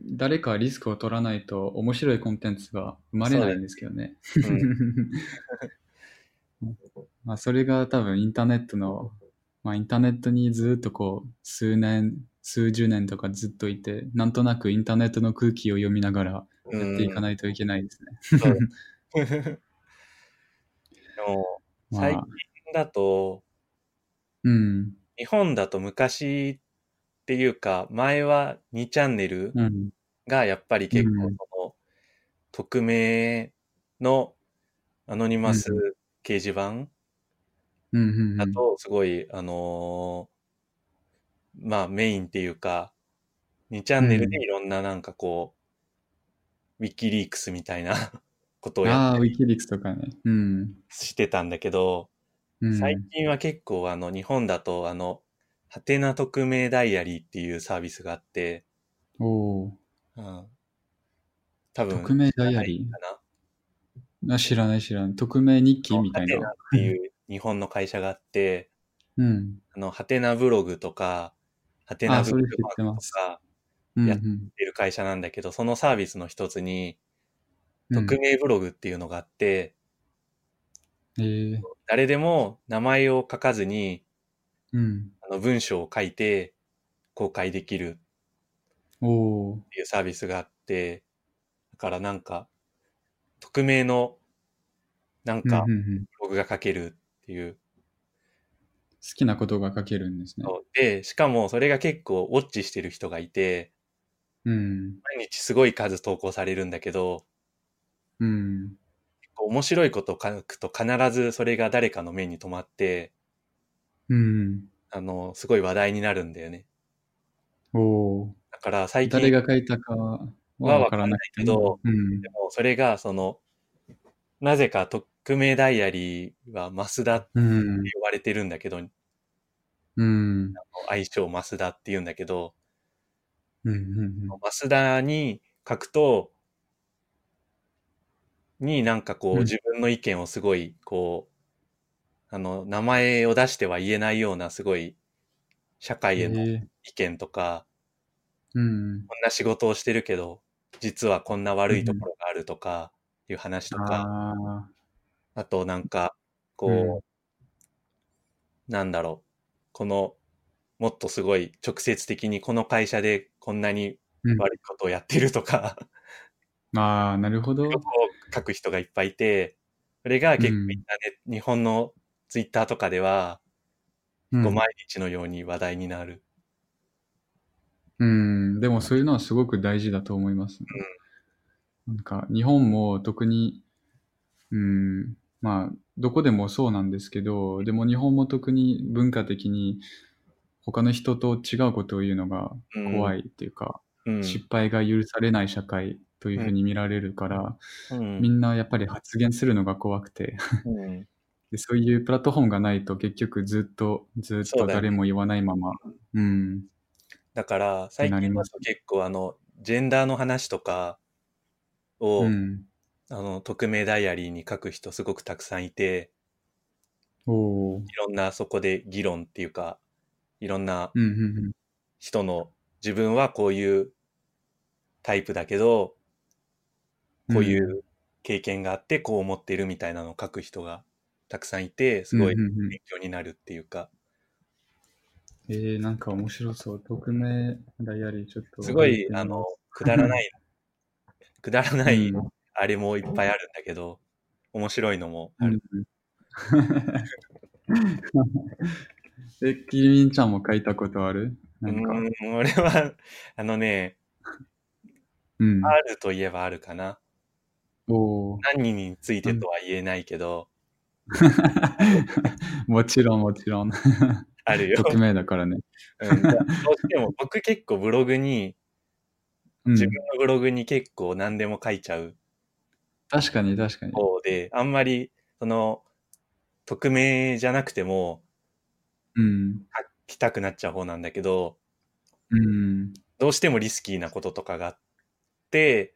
B: 誰かリスクを取らないと面白いコンテンツが生まれないんですけどね。
A: だね
B: *laughs* まあそれが多分インターネットの、まあインターネットにずっとこう、数年、数十年とかずっといて、なんとなくインターネットの空気を読みながらや
A: うん
B: っていかないといけないですね。
A: そ
B: *laughs*
A: うでも
B: ま
A: 最近
B: あ、
A: だと
B: うん、
A: 日本だと昔っていうか前は2チャンネル
B: うん、
A: がやっぱり結構
B: うん
A: その、匿名のアノニマス
B: うん
A: 掲示板
B: うん、うん、う
A: だ
B: ん。
A: とすごい、あのーまあメインっていうか2チャンネルでいろんななんかこう、ウィキリークスみたいな *laughs* ことをやっ
B: ああ、
A: た
B: ウ
A: り
B: ィキリクスとかね。うん、
A: してたんだけど、
B: うん。
A: 最近は結構あの日本だとあのハテナ匿名ダイアリーっていうサービスがあって、
B: おお、
A: うん、多分
B: 匿名ダイアリ
A: かな
B: ー。あ知らない知らない。匿名日記みたい
A: ハテナ
B: な
A: っ。ていう日本の会社があって、
B: うん。
A: あの、ハテナブログとか、ハテナブログ
B: あそれ知ってま
A: と
B: す
A: か
B: うん
A: やっ
B: うん
A: 出る会社なんだけど、そのサービスの一つに、
B: うん
A: 匿名ブログっていうのがあって、
B: えー
A: 誰でも名前を書かずに、
B: うん。
A: あの、文章を書いて公開できる
B: おー
A: っていうサービスがあって、だからなんか、匿名の、なん
B: うん
A: か
B: うん、うん。
A: ブ
B: 好
A: ログが書けるっていう。
B: きなことが書けるんですね。
A: そうで、しかもそれが結構ウォッチしてる人がいて、
B: うん。
A: 毎日すごい数投稿されるんだけど、
B: うん。
A: 面白いことを書くと必ずそれが誰かの目に留まって、
B: うん。
A: あの、すごい話題になるんだよね。
B: おー
A: だだから最近
B: 誰が書いたかはわからなくても
A: わ。でもそれがそのなぜか匿名ダイアリーは増田って
B: うん。
A: 呼ばれてるんだけど、
B: うん。
A: 愛称増田って言うんだけど
B: うん。うん。
A: 増田に書くとになんかこう、
B: うん
A: 自分の意見をすごいこうあの名前を出しては言えないようなすごい社会への意
B: えー
A: 見とか、
B: うん。
A: こんな仕事をしてるけど実はこんな悪いところがあるとかいう話とか、
B: ああ。
A: あとなんか、こう、
B: う
A: なんだろう、この、もっとすごい直接的にこの会社でこんなに
B: うん
A: 悪いことをやってるとか、
B: ああ、なるほど。
A: こう書く人がいっぱいいて、それが結構
B: うん
A: みんなね、日本のツイッターとかでは、
B: う。
A: こうん毎日のように話題になる。
B: うん。でもそういうのはすごく大事だと思います、なんか、日本も特に、うん、まあ、どこでもそうなんですけど、でも日本も特に文化的に他の人と違うことを言うのが
A: うん
B: 怖いっていうか、
A: うん。
B: 失敗が許されない社会というふうに見られるから、
A: うん
B: みんなやっぱり発言するのが怖くて
A: うん
B: でそういうプラットフォームがないと結局ずっとずっ
A: そう
B: と
A: だよね
B: 誰も言わないままうん
A: だから、最
B: なり
A: 近だ
B: ます
A: と結構あの、ジェンダーの話とかを、
B: うん
A: あの、匿名ダイアリーに書く人すごくたくさんいて、
B: おー
A: いろんなそこで議論っていうか、いろんな
B: うんうん
A: 人の自分はこういうタイプだけど、
B: うん
A: こういう経験があってこう思ってるみたいなのを書く人がたくさんいて、すごい
B: うんうんうん
A: 勉強になるっていうか、
B: えー、なんか面白そう匿名ダイアリーちょっと
A: すごい
B: 入っ、てみます
A: あの、くだら
B: *laughs*
A: ない、くだらない
B: うん
A: あれもいっぱいあるんだけど、面白いのもある。
B: うん *laughs* えキリミンちゃんも書いたことある
A: う
B: なんか
A: ん、俺は、あのね、
B: うん
A: あるといえばあるかな。
B: おー *laughs*
A: 何についてとは言えないけど、
B: もちろんもちろん
A: あるよ。
B: 匿名だからね、
A: うん、どうしても僕結構ブログに、
B: うん、
A: 自分のブログに結構何でも書いちゃう
B: 確かに確かに。
A: 方で、あんまり、その、匿名じゃなくても
B: うん。
A: 書きたくなっちゃう方なんだけど、
B: うん。
A: どうしてもリスキーなこととかがあって、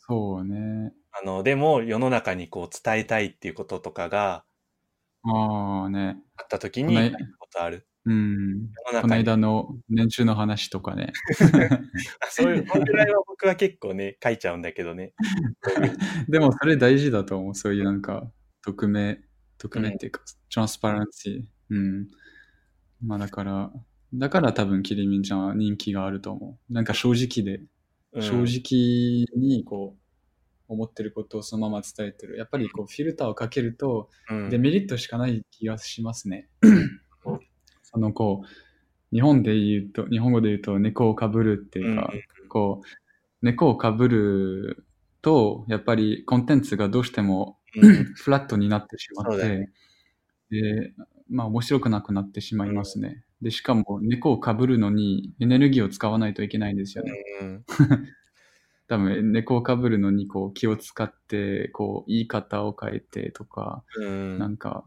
B: そうね。
A: あの、でも世の中にこう伝えたいっていうこととかが
B: ああね。
A: あった時
B: こ
A: に
B: の
A: 書
B: 間
A: くことある。
B: うん。
A: 世の
B: この
A: 中に。
B: 間の年収の話とかね。
A: *laughs* そういう、このぐらいは僕は結構ね、書いちゃうんだけどね。
B: *laughs* でもそれ大事だと思う。そういうなんか、匿名、匿名っていうか、トランスパランシー。うん。まあだから、だから多分キリミンちゃんは人気があると思う。なんか正直で、
A: うん
B: 正直にこう、思ってることをそのまま伝えてる。やっぱりこう、フィルターをかけると、
A: うん
B: デメリットしかない気がしますね。そのこう、日本で言うと、日本語で言うと猫をかぶるっていうか、こう、猫をかぶると、やっぱりコンテンツがどうしても
A: うんうん
B: *laughs* フラットになってしま
A: そ
B: っ
A: うだよ
B: て、で、まあ面白くなくなってしまいますね。で、しかも猫をかぶるのにエネルギーを使わないといけないんですよね。
A: うん
B: 多分猫をかぶるのにこう気を使って、こう言い方を変えてとか、
A: うん
B: なんか、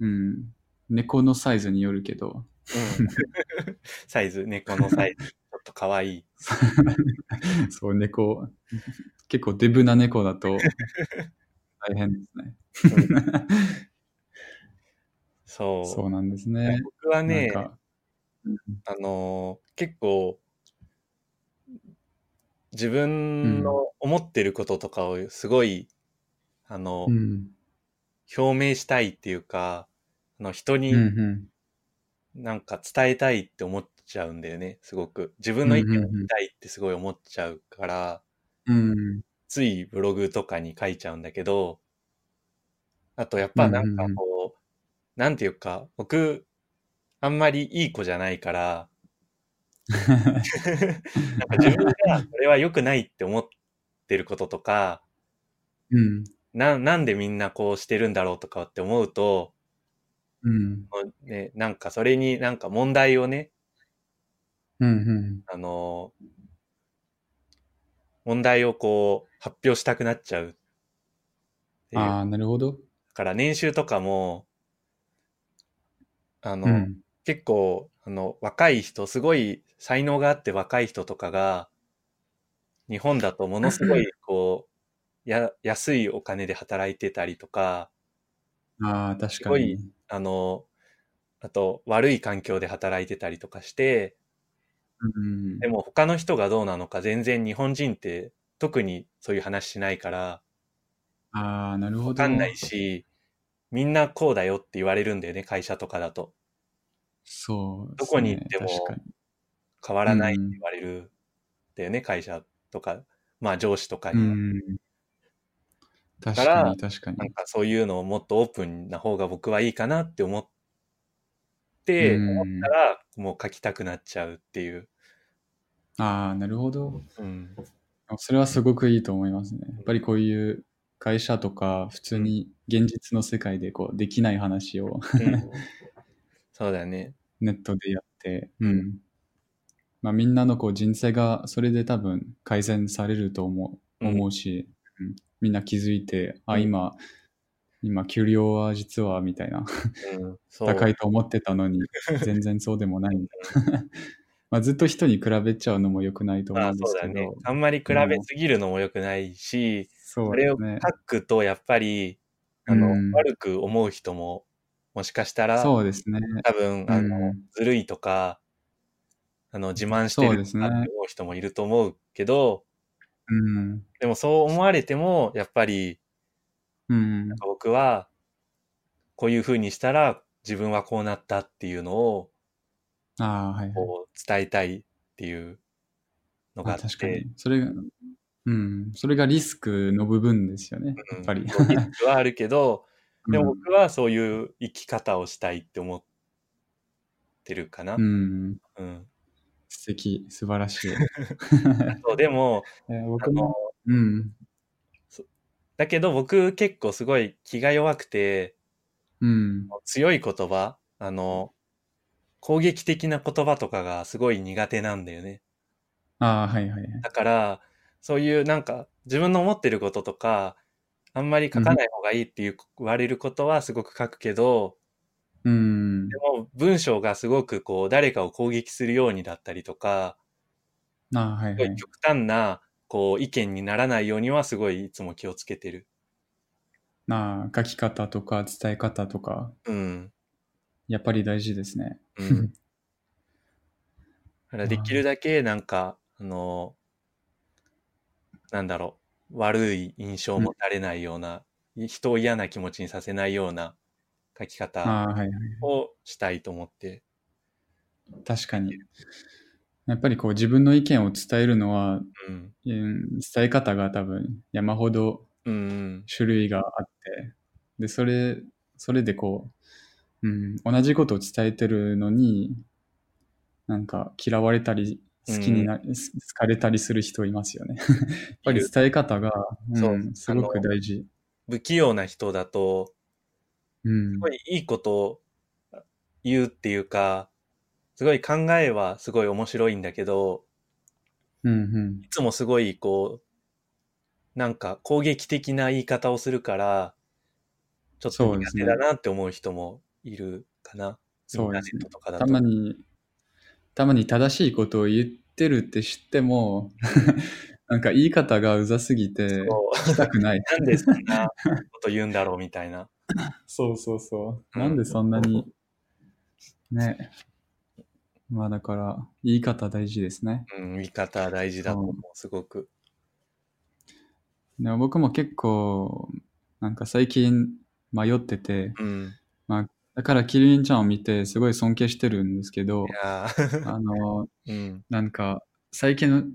B: うん、猫のサイズによるけ
A: *laughs*
B: ど、
A: うんサイズ、猫のサイズ。ちょっと可愛い。
B: そう、猫、結構デブな猫
A: *laughs*
B: だと大変ですね。 *laughs*
A: そう。
B: そうなんですね。
A: 僕はね、
B: なんか、
A: あのー結構、自分の思ってることとかをすごい、あの、
B: うん、
A: 表明したいっていうか、あの人
B: うん、う
A: に
B: ん
A: なんか伝えたいって思っちゃうんだよね、すごく。自分の意見を言いたいってすごい思っちゃうから、
B: うん、
A: ついブログとかに書いちゃうんだけど、あとやっぱなんかこう、
B: うん
A: なんていうか、僕、あんまりいい子じゃないから、なんか自分がこれは良くないって思ってることとか、
B: うん、
A: ななんでみんなこうしてるんだろうとかって思うと、
B: うん、
A: ね、なんかそれになんか問題をね、
B: うんうん。
A: あの、問題をこう、発表したくなっちゃう。っていう
B: あ
A: だ
B: あ、なるほど。
A: から、年収とかも、あの、
B: うん。
A: 結構、あの、若い人、すごい才能があって若い人とかが、日本だとものすごい、こう、や、安いお金で働いてたりとか、
B: ああ、確
A: す
B: か
A: ごい
B: に。
A: あの、あと、悪い環境で働いてたりとかして、
B: うん
A: でも他の人がどうなのか全然日本人って特にそういう話しないから、
B: ああ、なるほど。
A: わかんないし、みんなこうだよって言われるんだよね、会社とかだと。
B: そ
A: ど
B: うです
A: こ
B: ね、
A: に行っても
B: 確かに
A: 変わらないって言われるんだよね、会社とか、まあ上司とかには。
B: うん。確
A: から
B: かに、確かに
A: なん。かそういうのをもっとオープンな方が僕はいいかなって思って、
B: うん
A: 思ったらもう書きたくなっちゃうっていう。
B: ああ、なるほど。
A: うん。
B: それはすごくいいと思いますね。やっぱりこういう会社とか、普通に現実の世界でこうできない話を
A: うんそうだよね。
B: *laughs* ネットでやって、うん。まあ、みんなのこう人生がそれで多分改善されると思う思うし、うんみんな気づいて、あ、
A: うん
B: 今、今、給料は実はみたいな、
A: うん、そう。
B: 高いと思ってた
A: *laughs*
B: のに、全然そうでもないみたいな。 *laughs* まあずっと人に比べちゃうのも良くないと思
A: ま
B: う
A: あ
B: んで
A: そう
B: す
A: だ
B: け
A: よね
B: ど。。
A: あんまり比べすぎるのも良くないし、
B: そ
A: そうれ
B: で
A: を
B: すね。
A: 書くとやっぱり、あの、
B: うん
A: 悪く思う人も、もしかしたら、
B: そうですね。
A: 多分、あの、
B: うん
A: ずるいとか、あの、自慢して
B: そう
A: る
B: で
A: と
B: す
A: か
B: ね
A: って思う人もいると思うけど、
B: うん。
A: でもそう思われても、やっぱり
B: うん。
A: 僕は、こういう風にしたら自分はこうなったっていうのを、
B: ああ、はい、はい。
A: こう、伝えたいっていうのがあ
B: あ
A: って、
B: 確かに。それが、うん。それがリスクの部分ですよね。
A: うん
B: やっぱり。
A: そうリスクはあるけど、でも
B: *laughs* うん
A: 僕はそういう生き方をしたいって思ってるかな。
B: うん。
A: うん
B: 素敵。素晴
A: *laughs*
B: らしい。
A: そうでも、
B: えー
A: あ
B: 僕
A: の
B: も、うん。
A: だけど僕結構すごい気が弱くて、
B: うん。
A: 強い言葉、あの、攻撃的な言葉とかがすごい苦手なんだよね。
B: ああ、はいはいはい。
A: だから、そういうなんか自分の思ってることとか、あんまり書かない方がいいっていう言われることはすごく書くけど、
B: うん
A: で。も文章がすごくこう誰かを攻撃するようにだったりとか、
B: ああ、はい
A: すご
B: はいい。
A: 極端なこう意見にならないようにはすごいいつも気をつけてる。
B: ああ、書き方とか伝え方とか、
A: うん。
B: やっぱり大事ですね。
A: うん、だからできるだけなんか、あの、なんだろう、悪い印象を持たれないような、い人を嫌な気持ちにさせないような書き方
B: *laughs* ああ、はいはい。
A: をしたいと思って。
B: 確かに。やっぱりこう自分の意見を伝えるのは、
A: うん。
B: うん伝え方が多分山ほど
A: うん。
B: 種類があって、で、それ、それでこう、うん、同じことを伝えてるのに、なんか嫌われたり、好きにな、す好かれたりする人いますよね。やっぱり伝え方が、うん
A: そう
B: すご
A: あ
B: く
A: の
B: 大事。
A: 不器用な人だと、
B: うん
A: すご。いいいことを言うっていうか、すごい考えはすごい面白いんだけど、
B: うんうん
A: い。つもすごいこう、なんか攻撃的な言い方をするから、ちょっと
B: そうで
A: 苦
B: す
A: 手
B: ね
A: だなって思う人もいるかな。
B: そうですね
A: インターネットとかだ
B: た
A: と。
B: まに、たまに正しいことを言ってるって知っても、 *laughs* なんか言い方がうざすぎて、
A: そう
B: したくない。
A: なんでそんなこと言うんだろうみたいな。
B: そうそうそう。
A: うん
B: なんでそんなに、ね。まあだから、言い方大事ですね。
A: うん、言い方は大事だと思う、すごく。
B: でも僕も結構、なんか最近迷ってて、
A: うん。
B: だからキリンちゃんを見てすごい尊敬してるんですけど
A: い、やー
B: *laughs* あの、
A: うん。
B: なんか最近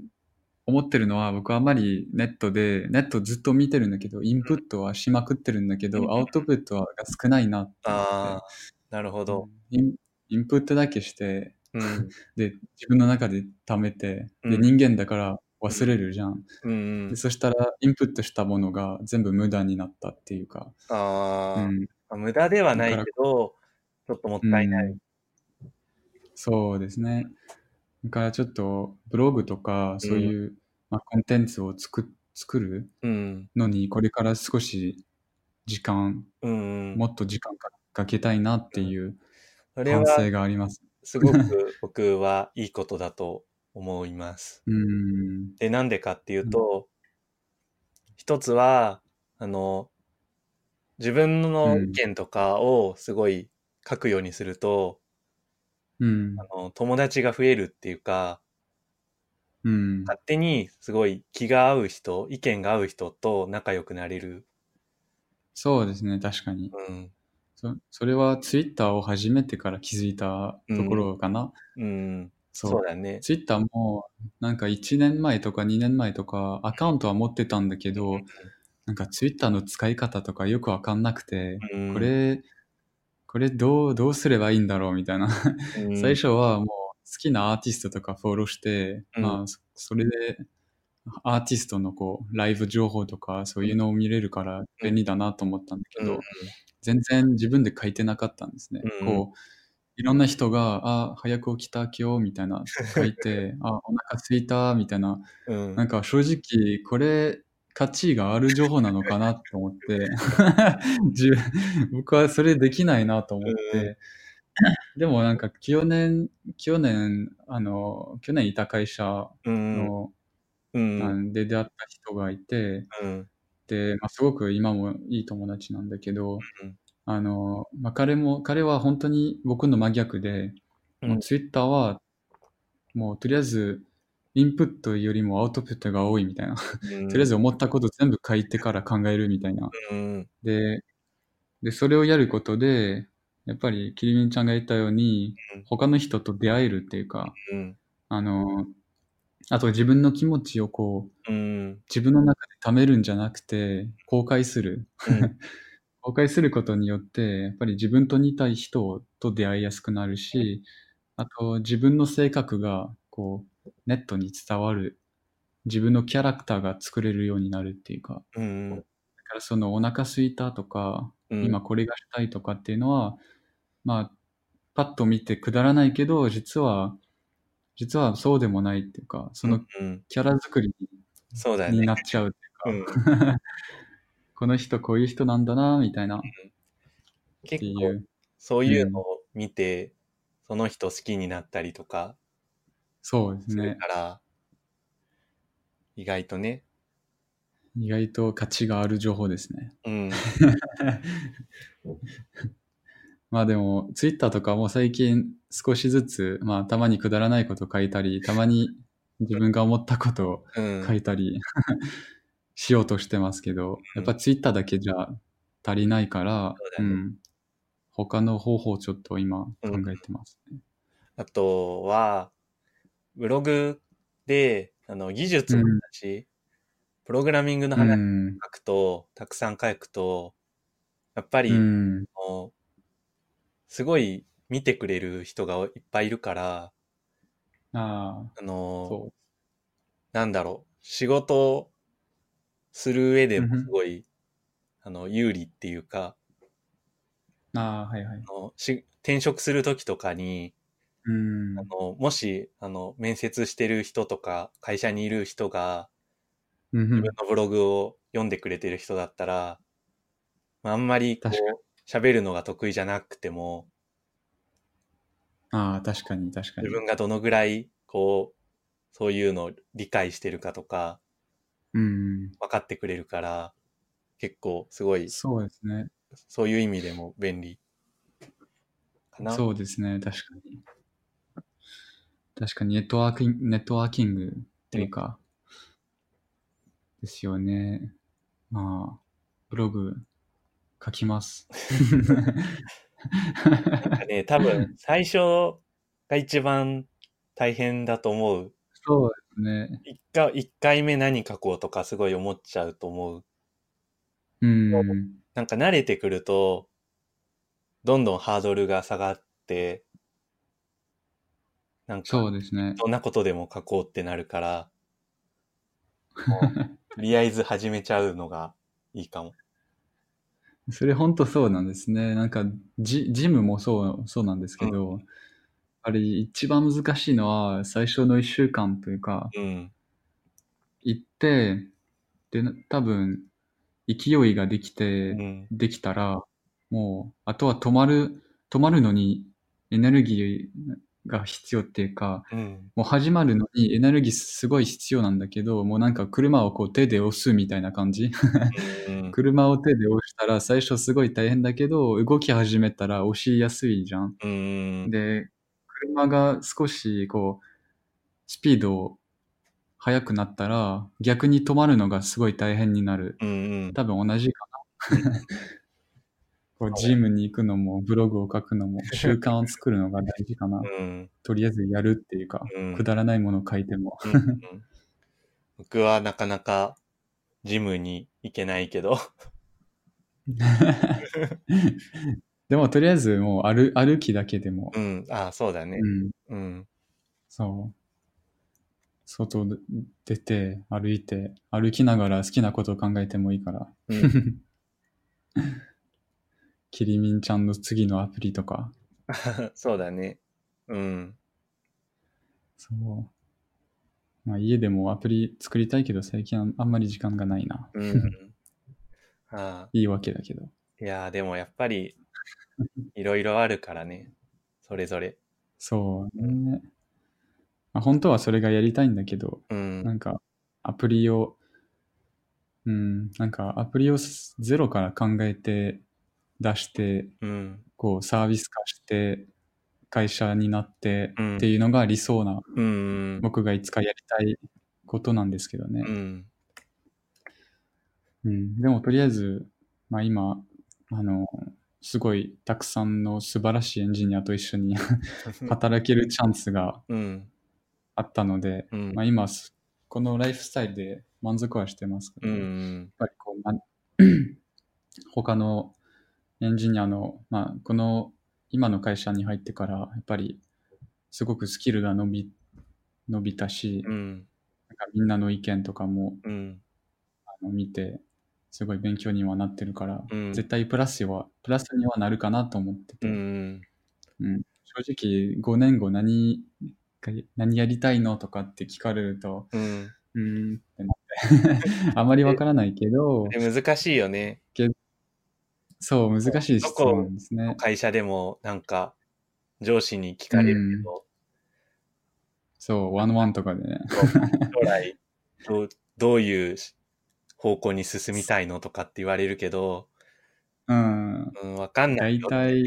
B: 思ってるのは僕あまりネットで、ネットずっと見てるんだけど、インプットはしまくってるんだけ
A: うん
B: ど、アウトプットはが少ないなって
A: ああ、なるほ
B: 思っ
A: ど。
B: て、インインプットだけして、
A: うん。
B: で、自分の中で貯めて、
A: う
B: で、
A: ん
B: 人間だから忘れるじゃん。
A: うんう
B: で
A: ん。
B: そしたら、インプットしたものが全部無駄になったっていうか。
A: あ
B: う
A: あ、
B: ん。
A: まあ無駄ではないけど、ちょっともったいない。
B: うんそうですね。だからちょっとブログとかそういう、まあ、コンテンツを作作る
A: うん。
B: のにこれから少し時間、
A: うん。
B: もっと時間かかけたいなっていう
A: それ
B: 反
A: は
B: 省があります。
A: すごく *laughs* 僕はいいことだと思います。
B: うん。
A: で、なんでかっていうと、一つは、あの、自分の意見とかをすごい書くようにすると、
B: うん。
A: あの友達が増えるっていうか、
B: うん。
A: 勝手にすごい気が合う人、意見が合う人と仲良くなれる。
B: そうですね、確かに。
A: うん。
B: そそれはツイッターを始めてから気づいたところかな。
A: うん。
B: そう
A: そうだね。
B: ツイッターも、なんか1年前とか2年前とかアカウントは持ってたんだけど、なんかツイッターの使い方とかよくわかんなくて、
A: うん
B: こ、れ、これどう、どうすればいいんだろうみたいな。
A: うん
B: 最初はもう好きなアーティストとかフォローして、
A: うん
B: まあ、そそれで、アーティストのこう、ライブ情報とかそういうのを見れるから便利だなと思ったんだけど、全然自分で書いてなかったんですね。
A: うん
B: こういろんな人が「あ早く起きた今日」みたいな書い
A: *laughs*
B: て「あお腹すいた」みたいな
A: うん。
B: なんか正直これ価値がある情報なのかなと思って *laughs* 自分僕はそれできないなと思って、でもなんか去年去年あの去年いた会社
A: うん。
B: の、
A: うん。
B: あ
A: うん。
B: ので出会った人がいて、
A: うん。
B: で、まあ、すごく今もいい友達なんだけど、
A: うん
B: あの、まあ、彼も、彼は本当に僕の真逆で、
A: うん
B: もうツイッターは、もうとりあえず、インプットよりもアウトプットが多いみたいな。 *laughs* と
A: と
B: りあえず思ったこと全部書いてから考えるみたいな。
A: うん。
B: で、で、それをやることで、やっぱり、キリミンちゃんが言ったように
A: うん、
B: 他の人と出会えるっていうか、
A: うん。
B: あの、あと自分の気持ちをこう、
A: うん。
B: 自分の中で貯めるんじゃなくて、公開する。 *laughs* 公開することによって、やっぱり自分と似たい人と出会いやすくなるし、あと自分の性格がこうネットに伝わる、自分のキャラクターが作れるようになるっていうか、
A: うん。
B: だからそのお腹空いたとか、
A: うん
B: 今。これがしたいとかっていうのは、まあ、パッと見てくだらないけど、実は、実はそうでもないっていうか、その
A: うん。
B: キャラ作り
A: そうだ
B: に
A: ね。
B: なっちゃう *laughs* って
A: う
B: いうんか、この人こういう人なんだな、みたいな、っ
A: 結
B: てい
A: 構
B: う。
A: そういうのを見て、その人好きになったりとか
B: そうです
A: す
B: ね
A: る。から、意外とね。
B: 意外と価値がある情報ですね。
A: うん。
B: まあでも、ツイッターとかも最近少しずつ、まあたまにくだらないこと書いたり、たまに自分が思ったこと
A: う
B: を *laughs* 書
A: ん。
B: いたり、 *laughs* しようとしてますけど、やっぱツイッターだけじゃ足りないから、
A: そうだね
B: ん。他の方法をちょっと今考えてますね。
A: あとは、ブログで、あの、技術の話、プログラミングの
B: う
A: 話を
B: ん。
A: 書くと、たくさん書くと、やっぱり、
B: うん。
A: あのすごい見てくれる人がいっぱいいるから、
B: あ
A: あ
B: あ、
A: の、
B: そ
A: なんだろう、仕事をする上で
B: うんう
A: も
B: ん
A: すごい、あの、有利っていうか、
B: う。ああ、はいはい。
A: あのし転職するときとかに、
B: うん
A: あ。のもし、あの、面接してる人とか、会社にいる人が、
B: うんう
A: 自
B: ん
A: 分のブログを読んでくれてる人だったら、まあ、あんまり、こ
B: 確か
A: う、喋るのが得意じゃなくても、
B: ああ、確かに確かに
A: 自。分がどのぐらい、こう、そういうのを理解してるかとか、
B: うん。
A: 分かってくれるから、結構すごい、
B: そうですね。
A: そういう意味でも便利かな。
B: そうですね、確かに。確かにネットワーキング、ネットワーキングっていうか、ですよね。まあ、ブログ書き *laughs* ます。
A: なんかね、多分、最初が一番大変だと思う。
B: そうですね。
A: 一回一回目何書こうとかすごい思っちゃうと思う。
B: うん。
A: なんか慣れてくると、どんどんハードルが下がって、なんか、
B: そうですね。
A: どんなことでも書こうってなるから、もうとりあえず始めちゃうのがいいかも。
B: それ本当そうなんですね。なんかジ、ジムもそう、そうなんですけど、ぱり一番難しいのは最初の1週間というか、
A: うん。
B: 行って、で、多分、勢いができて、
A: うん。
B: できたら、もう、あとは止まる、止まるのにエネルギーが必要っていうか、
A: うん。
B: もう始まるのにエネルギーすごい必要なんだけど、もうなんか車をこう手で押すみたいな
A: *laughs*
B: 感じ。
A: うん。
B: 車を手で押したら最初すごい大変だけど、動き始めたら押しやすいじゃん。
A: うん。
B: で、車が少しこう、スピードを速くなったら、逆に止まるのがすごい大変になる。
A: うん。
B: 多分同じか
A: *laughs*
B: な。こうジムに行くのも、ブログを書く
A: *laughs*
B: のも、習慣を作るのが大事かな。
A: うん。
B: とりあえずやるっていうか、
A: うん
B: くだらないものを書いても。
A: うんうん僕はなかなかジムに行けないけど。
B: でも、とりあえずもう歩歩きだけでも、
A: うん。あ、そうだね
B: う。ん、
A: うん。
B: そう。外出て、歩いて、歩きながら好きなことを考えてもいいから。
A: うん、
B: キリミンちゃんの次のアプリとか。
A: そうだね。うん。
B: そう。まあ、家でもアプリ作りたいけど、最近あんあんまり時間がないな。
A: うん。あ
B: いいわけだけど。
A: いやー、でもやっぱり、いろいろあるからね。それぞれ。
B: そうね。まあ、本当はそれがやりたいんだけど、
A: う。
B: なんんかアプリを、うん、なんかアプリをすゼロから考えて出して、
A: うん。
B: こうサービス化して、会社になって
A: うん
B: っていうのが理想な、
A: うん。
B: 僕がいつかやりたいことなんですけどね。
A: うん。
B: うん、でもとりあえず、まあ、今あのすごいたくさんの素晴らしいエンジニアと一緒に働けるチャンスが
A: うん。
B: あったので、
A: うん
B: まあ、今すこのライフスタイルで満足はしてますけ
A: う
B: ど、やっ
A: ん。
B: ぱりこう、ま、 *clears throat* 他のエンジニアの、まあ、この今の会社に入ってからやっぱりすごくスキルが伸び伸びたし、
A: う
B: なん
A: ん。
B: かみんなの意見とかも
A: うん。
B: あの見て、すごい勉強にはなってるから、
A: うん
B: 絶対プラスは、プラスにはなるかなと思ってて、
A: うん。
B: うん正直5年後何が、何やりたいのとかって聞かれると、
A: うん。
B: うーんって
A: *laughs*
B: なって、あまりわからないけど、
A: で難しいよね。
B: そう、難しい質問ですね。
A: 会社でも、なんか、上司に聞かれるけど、
B: そう、ワンワンとかでね。
A: 将来どう、どういう方向に進みたいのとかって言われるけど、
B: うん。
A: うん、わかんない
B: 大
A: よ。 *laughs*
B: 体、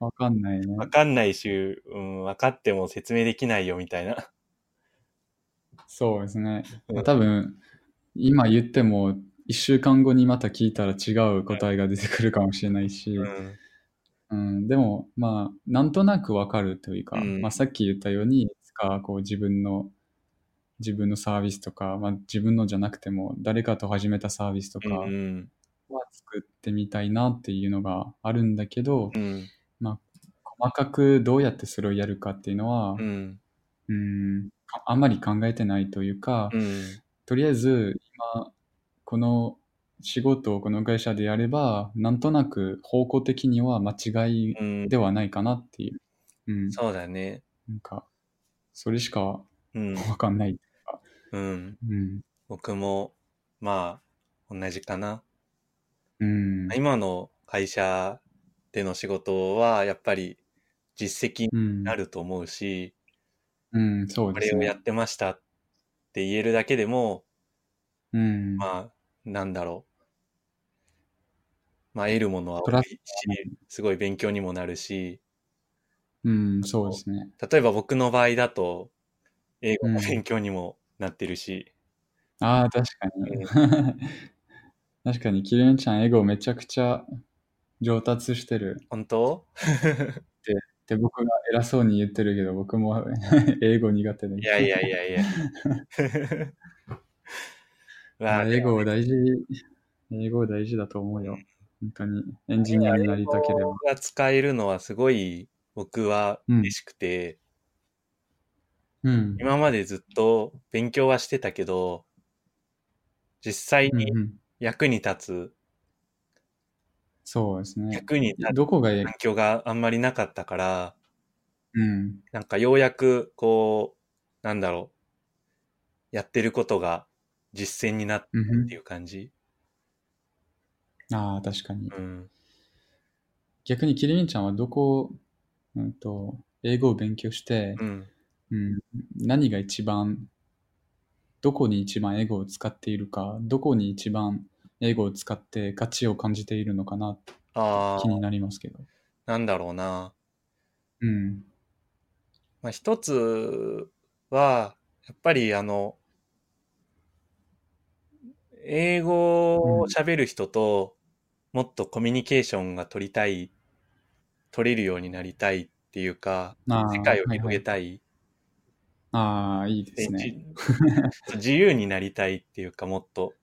B: わかんないね。
A: わかんないし、うん、わかっても説明できないよみたいな。
B: そうですね。
A: うん
B: 多分、今言っても、1週間後にまた聞いたら違う答えが出てくるかもしれないし、
A: うん、
B: うん、でも、まあ、なんとなくわかるというか、
A: うん
B: まあ、さっき言ったように、いつかこう自分の、自分のサービスとか、まあ、自分のじゃなくても、誰かと始めたサービスと
A: う
B: かは
A: ん、
B: 作ってみたいなっていうのがあるんだけど、
A: うん、
B: 細かくどうやってそれをやるかっていうのは
A: う、ん、
B: うん、ああんまり考えてないというか、
A: うん、
B: とりあえず、今、この仕事をこの会社でやれば、なんとなく方向的には間違い
A: うん
B: ではないかなっていう。うん。
A: そうだね。
B: なんか、それしかわ
A: うん、
B: かんない。
A: うん。
B: うん。
A: 僕も、まあ、同じかな。
B: うん。
A: 今の会社での仕事は、やっぱり実績に
B: うん
A: な。ると思うし、
B: うん、そう
A: こ
B: で
A: れ
B: す
A: をや
B: ね。
A: ってましたって言えるだけでも、
B: うん。
A: まあ、なんだろう。まあ、得るものは
B: プ
A: 多
B: ラ
A: い
B: ス
A: し、すごい勉強にもなるし、
B: うん、そうですね。
A: 例えば僕の場合だと、英語の
B: うん
A: 勉強にもなってるし、
B: ああ、確かに。 *laughs* 確かに、キリンちゃん、英語めちゃくちゃ上達してる。
A: 本当
B: って僕が偉そうに言ってるけど、僕も *laughs* 英語苦手で。
A: いやいやいやいや。 *laughs*
B: ま
A: ま
B: あ
A: あ、
B: 英語
A: で
B: を大事、英語を大事だと思うよ。本当に。エンジニアになりたければ
A: も。英語が使えるのはすごい僕は嬉しくて、
B: うん。
A: 今までずっと勉強はしてたけど、実際
B: うん
A: に
B: うん
A: 役に立
B: そうです
A: つ、
B: ね。
A: 役に立つ
B: どこがいい
A: 環境があんまりなかったから、
B: うん。
A: なんかようやく、こう、なんだろう、やってることが実践になっ
B: う
A: たっ
B: ん
A: ていう感じ。
B: うん、ああ、確かに。
A: うん。
B: 逆にキリンちゃんはどこ、うんと、英語を勉強して
A: う、ん。
B: うん、何が一番、どこに一番英語を使っているか、どこに一番英語を使って価値を感じているのかなって
A: あ
B: 気
A: あ、
B: になりますけど。
A: なんだろうな。
B: うん。
A: まあ、一つは、やっぱりあの、英語を喋る人ともっとコミュニケーションが取りたい、取れるようになりたいっていうか、
B: あー
A: 世界を
B: はいは
A: 広
B: い
A: げたい。
B: ああ、いいです
A: で
B: ね。
A: じそう自 *laughs* 由になりたいっていうか、もっと。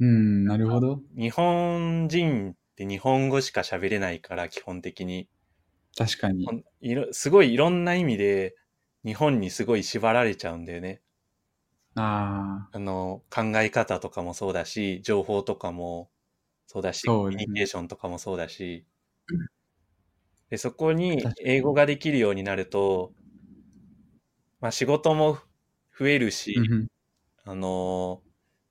B: うん、なるほど。
A: 日本人って日本語しか喋れないから、基本的に。
B: 確かに
A: ほ。んいろすごいいろんな意味で、日本にすごい縛られちゃうんだよね。
B: ああ、
A: あの、考え方とかもそうだし、情報とかもそうだし、
B: そ
A: コ
B: う
A: ミ
B: ですね
A: ュニケーションとかもそうだし、でそこに
B: 確かに
A: 英語ができるようになると、まあ仕事も増えるし、
B: うん
A: あの、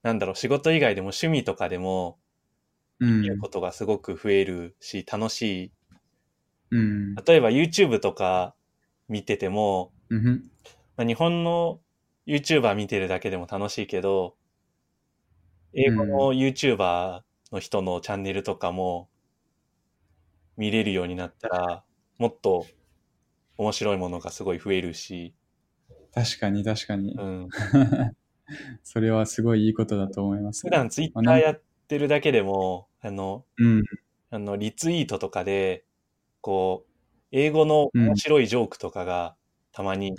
A: なんだろう、仕事以外でも趣味とかでも、
B: うん。
A: 見ることがすごく増えるし、楽しい。
B: うん。
A: 例えば YouTube とか見てても、
B: うん。
A: まあ、日本の YouTuber 見てるだけでも楽しいけど、英語の YouTuber の人のチャンネルとかも見れるようになったら、もっと面白いものがすごい増えるし、
B: 確かに、確かに
A: う。ん、
B: それはすごいいいことだと思います。
A: 普
B: *laughs*
A: 段 Twitter やってるだけでも、あの、
B: うん。
A: あのリツイートとかで、こう、英語の面白いジョークとかがたまに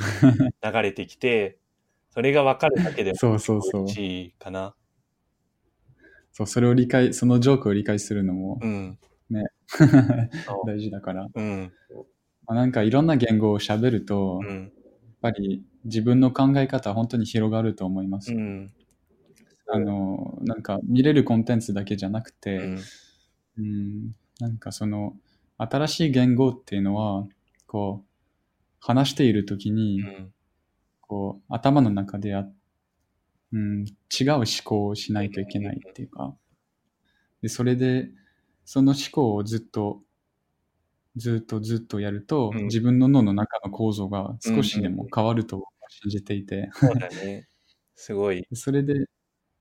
A: 流れてきて、それがわかるだけでも
B: そう *laughs* そうそう
A: 嬉。しいかな。
B: そう、それを理解、そのジョークを理解するのも *laughs*
A: うん。そう
B: 大事だから。
A: うん。
B: まあ、なんかいろんな言語を喋ると、
A: う
B: やっ
A: ん。
B: ぱり自分の考え方は本当に広がると思います。
A: うん。
B: あの、なんか見れるコンテンツだけじゃなく
A: う
B: て、
A: ん。
B: うん、なんかその新しい言語っていうのはこう話している時に、
A: うん。
B: こう頭の中であ、うん、違う思考をしないといけないっていうかでそれでその思考をずっとずっとずっとやると、
A: うん
B: 自分の脳の中の構造が少しでも変わると信じていて、
A: そうだね。 *laughs* すごい。
B: それで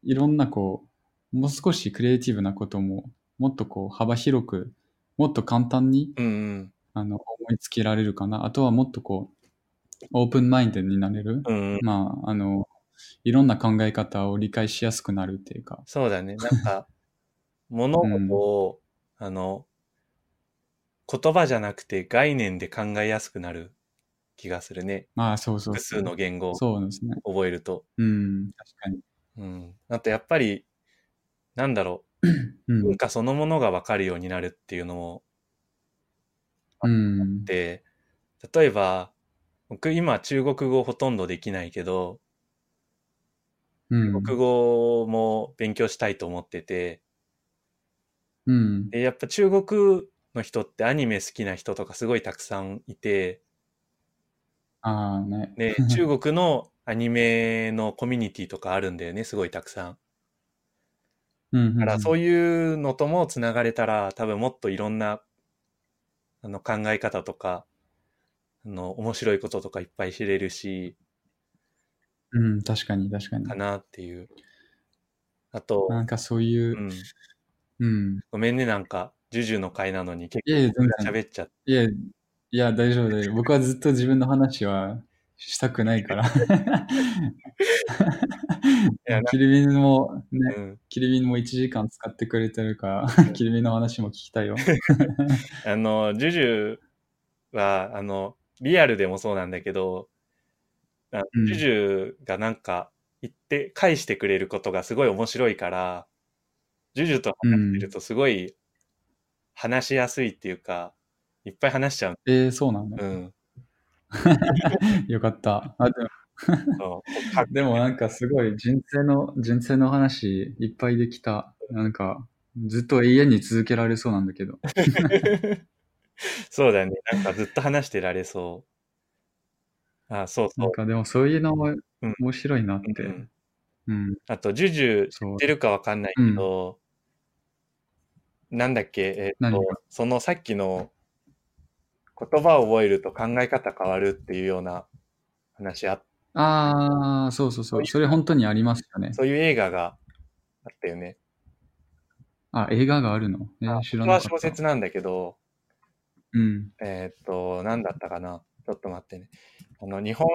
B: いろんなこうもう少しクリエイティブなことももっとこう幅広くもっと簡単に
A: うんうん。
B: あの、思いつけられるかな。あとはもっとこう、オープンマインドになれる。
A: うんうん。
B: まあ、あの、いろんな考え方を理解しやすくなるっていうか。
A: そうだね。なん *laughs* か、物事を、あの、言葉じゃなくて概念で考えやすくなる気がするね。
B: まあ、そうそう
A: 複
B: そう。
A: 数の言語を
B: そうですね。
A: 覚えると。
B: うん、確かに。
A: うん。あとやっぱり、なんだろう、
B: う
A: 文
B: ん。
A: 化そのものがわかるようになるっていうのも
B: うん
A: っ。て、例えば、僕今中国語ほとんどできないけど、
B: うん。
A: 中国語も勉強したいと思ってて、
B: うん。
A: で、やっぱ中国の人ってアニメ好きな人とかすごいたくさんいて、
B: ああ、ね。
A: で、中国のアニメのコミュニティとかあるんだよね、すごいたくさん。
B: うん。
A: だからそう
B: い
A: いうのともつながれたら、多分もっといろんな、あの、考え方とか、あの、面白いこととかいっぱい知れるし、
B: うん。うん、確かに、確かに
A: か。なっていう。あと、
B: なんかそういうう、
A: ん、
B: うん。
A: ごめんね、なんか、ジュジュの会なのに結
B: いやいや、全
A: 構
B: 然。
A: 喋っちゃって。
B: いや、いや、大丈夫大丈夫。僕はずっと自分の話はしたくないから。
A: やな
B: キリビンも、ね、
A: うん。
B: キリビンも1時間使ってくれてるから
A: ん、
B: キリビンの話も聞きたいよ。
A: あの、ジュジュは、あの、リアルでもそうなんだけど、あ
B: うん
A: ジュジュがなんか言って返してくれることがすごい面白いから、ジュジュと話してるとすごい話しやすいっていうか、いっぱい話しちゃう。
B: えー、そうなんだ
A: う。ん。
B: よかった。あでも
A: そう *laughs* か
B: でもなんかすごい人生の、人生の話いっぱいできた。なんか、ずっと永遠に続けられそうなんだけど。
A: そうだね。なんかずっと話してられそあ、そう
B: な
A: そ
B: ん
A: う。
B: かでもそういうのも
A: うん
B: 面白いなっ
A: う
B: て
A: ん。
B: うん。
A: あと、ジュジュ知
B: そう
A: っ。てるかわかんないけど、なんだっけ、えっ
B: 何
A: と、そのさっきの言葉を覚えると考え方変わるっていうような話あっ
B: ああ、そうそうそう。それ本当にありますよね。
A: そういう映画があったよね。
B: あ、映画があるのえー
A: あ
B: 知
A: 本当
B: らなか
A: は
B: った。
A: 小説なんだけど、
B: うん。
A: えーっと、何だったかな。ちょっと待ってね。あの、日本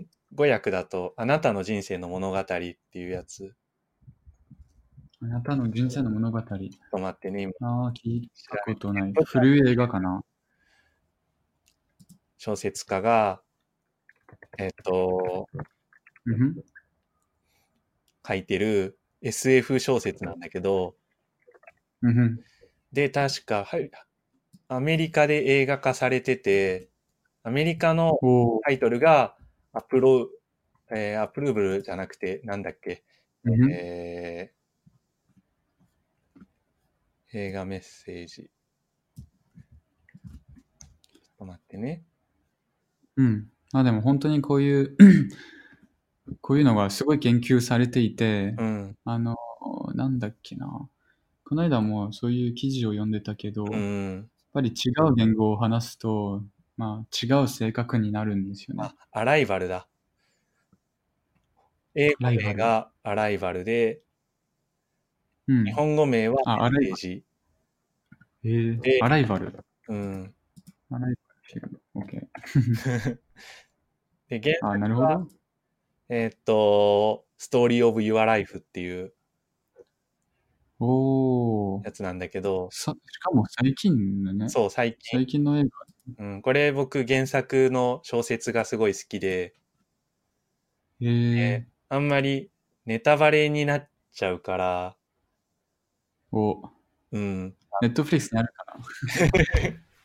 B: う
A: 語訳だと、あなたの人生の物語っていうやつ。ちょ
B: あなたの人生の物語。あ
A: っと待ってね、今、
B: あ、聞いたことない
A: 調べ。て
B: 古い映画かな
A: 小説家が、えーっと、
B: うんふん。
A: 書いてる SF 小説なんだけど、
B: うんふん。
A: で、確か、はい、アメリカで映画化されてて、アメリカの
B: おー
A: タイトルが、アプロ、えーアプルーブルじゃなくて、なんだっけ、
B: うんふん
A: えー映画メッセージ。ちょっと待ってね。
B: うん。まあでも本当にこういう、 *clears throat* こういうのがすごい研究されていて、
A: うん。
B: あの、なんだっけな。この間もそういう記事を読んでたけど、
A: う
B: やっ
A: ん。
B: ぱり違う言語を話すと、まあ違う性格になるんですよね
A: あ。、アライバルだ。英語名がアライバルで、
B: うん
A: 日。本語名は
B: あアライバル
A: メッセージ。
B: えー
A: で
B: アライバル。
A: うん。
B: アライバル違う。
A: で、現
B: OK。あ、なるほど。
A: えーっと、ストーリーオブユアライフっていう
B: おー
A: やつなんだけど、
B: さ。しかも最近のね。
A: そう、最近、
B: 最近の映画。
A: うん、これ僕原作の小説がすごい好きで、
B: えー、
A: ねあんまりネタバレになっちゃうから、
B: お、
A: うん。
B: ネットフリックスにあるか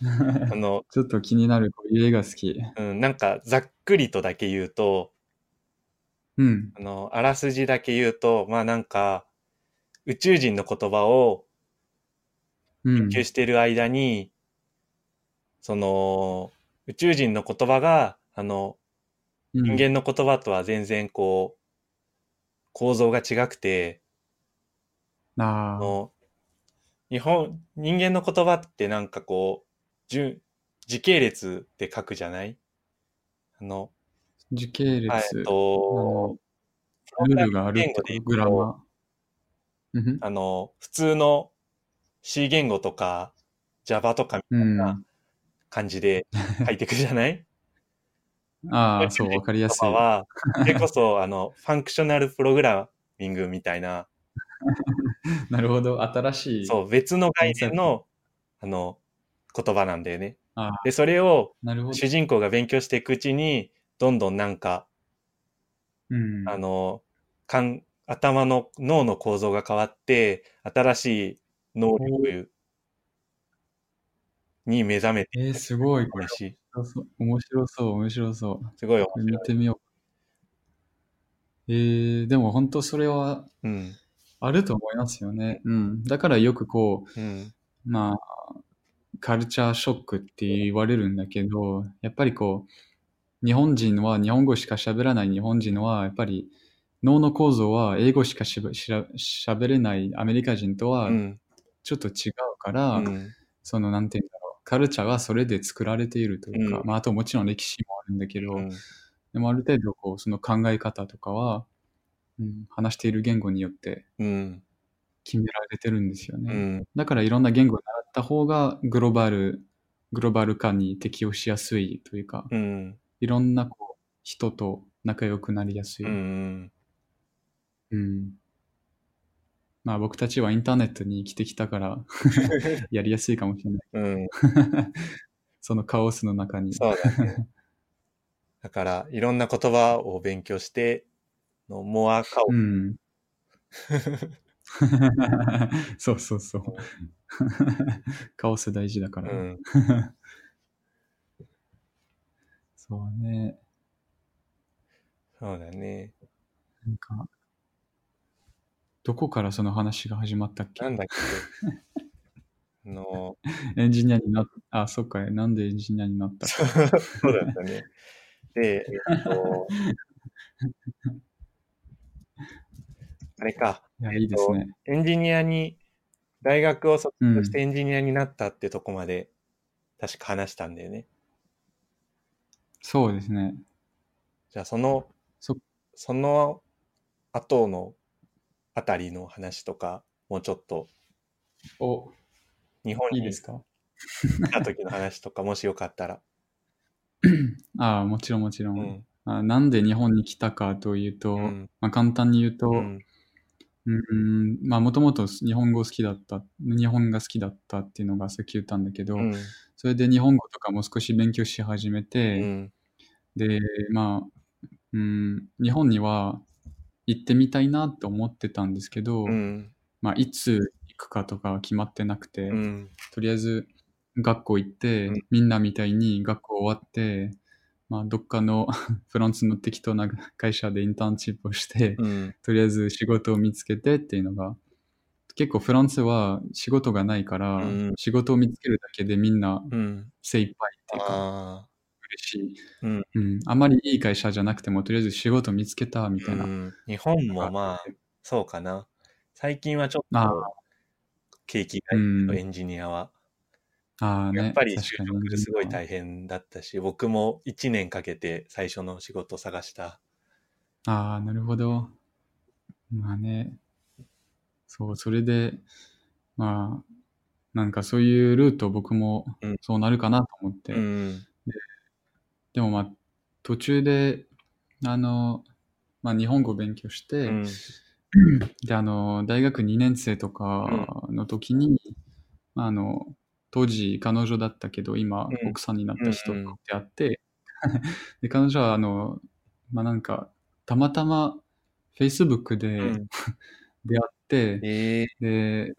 B: な
A: *laughs* あの、
B: ちょっと気になる、こういう映画好き。
A: うん、なんかざっくりとだけ言うと、
B: うん。
A: あの、あらすじだけ言うと、まあなんか、宇宙人の言葉を
B: うん
A: 研。究してる間に、その、宇宙人の言葉が、あの、人
B: うん
A: 間の言葉とは全然こう、構造が違くて、あ
B: あー
A: の、日本、人間の言葉ってなんかこう、順時系列で書くじゃないあの、
B: 時系列、
A: あえっと、
B: あのルールがあるって
A: 言語
B: こと
A: でいくと
B: グラマー。うん
A: あの、普通の C 言語とか Java とかみ
B: ふん。うん
A: たいな感じ
B: *laughs*
A: で書いていくじゃない
B: ああ、そう、わかりや
A: と
B: すい
A: か。は、それこそ、あの、ファンクショナルプログラミングみたいな、
B: なるほど、新しい。
A: そう、別の概念の、あの、言葉なんだよね
B: あ。
A: で、それを
B: なるほど
A: 主。人公が勉強していくうちに、どんどんなんか、
B: うん。
A: あの、かん頭の脳の構造が変わって、新しい能力に目覚めて
B: えー、すごい、こ
A: ほ
B: れ。
A: しい。
B: 面白そう、面白そう。
A: すごい面白
B: 見
A: い。
B: てみよう。えー、でも本当それは
A: うん。
B: あると思いますよね。うん。だからよくこ
A: うん。
B: う、まあ、カルチャーショックって言われるんだけど、やっぱりこう、日本人は日本語しか喋らない日本人は、やっぱり脳の構造は英語しかしゃしゃ喋れないアメリカ人と
A: う
B: は
A: ん。
B: ちょっと違うから、
A: うん
B: そのなんていうんだろう、カルチャーがそれで作られているというか、
A: うん
B: まああともちろん歴史もあるんだけど、
A: うん
B: でもある程度こうその考え方とかは、うん、話している言語によって
A: うん。
B: 決められてるんですよね。
A: うん。
B: だからいろんな言語を習った方がグローバル、グローバル化に適応しやすいというか、
A: うん。
B: いろんなこう人と仲良くなりやすい。
A: うん。
B: うんまあ僕たちはインターネットに生きてき
A: *laughs*
B: たから、やりやすいかもしれない。
A: う
B: *laughs*
A: ん。
B: そのカオスの中に。
A: そうだね。だから、いろんな言葉を勉強して、のモアカオ
B: う。ん。
A: *laughs*
B: そうそうそう。カオス大事だか
A: う
B: ら。
A: ん。
B: そうね。
A: そうだね。
B: なんか、どこからその話が始まったっけ
A: なんだっけ。の、
B: エンジニアになっ *laughs* あ、そっか、なんでエンジニアになったか。
A: そうだったね。で、えっと、あれか、
B: いや、いいですね。
A: エンジニアに、大学を卒業してエンジニアになったってとこまで、確か話したんだよね。
B: そうですね。
A: じゃあ、その、
B: そ
A: その後のあたりの話とか、もうちょっと、
B: お、
A: 日本
B: いい
A: に
B: です
A: 来
B: か
A: た時の話とか、もしよかったら。
B: ああ、もちろんもちろん、
A: うん。
B: あ。なんで日本に来たかというと、
A: うん
B: まあ、簡単に言うと、
A: うん。
B: うん、まあ、もともと日本語好きだった、日本が好きだったっていうのがさっき言ったんだけど、
A: うん。
B: それで日本語とかも少し勉強し始めて、
A: うん
B: で、まあ、うん、日本には行ってみたいなと思ってたんですけど、
A: うん。
B: まあ、いつ行くかとか決まってなくて、
A: うん。
B: とりあえず学校行って、
A: うん
B: みんなみたいに学校終わって、まあ、どっかの *laughs* フランスの適当な会社でインターンシップをして、
A: うん。
B: とりあえず仕事を見つけてっていうのが、結構フランスは仕事がないから、
A: うん
B: 仕事を見つけるだけでみんな
A: うん。
B: 精一杯っていうか、
A: あ
B: 嬉しい。
A: うん
B: あまりいい会社じゃなくても、とりあえず仕事見つけたみ
A: あ。
B: た
A: う
B: いな。
A: ん。日本もまあ、そうかな。最近はちょっ
B: あ
A: と、景気がいいと
B: うん
A: エンジニアは。
B: ああね、
A: やっぱり就
B: 確かに
A: 職すごい大変だったし、僕も1年かけて最初の仕事を探した。
B: ああ、なるほど。まあね。そう、それで、まあ、なんかそういうルート僕も
A: うん
B: そうなるかなと思って。
A: うん。
B: でもまあ、途中で、あの、まあ日本語勉強して、
A: うん。
B: で、あの、大学2年生とかの時に、まああの、当時彼女だったけど、今、
A: うん
B: 奥さんになった人
A: うんうん
B: と出会って、 *laughs* で、彼女は、あの、まあなんか、たまたま Facebook で
A: うん
B: *laughs* 出会って、
A: ええ
B: で、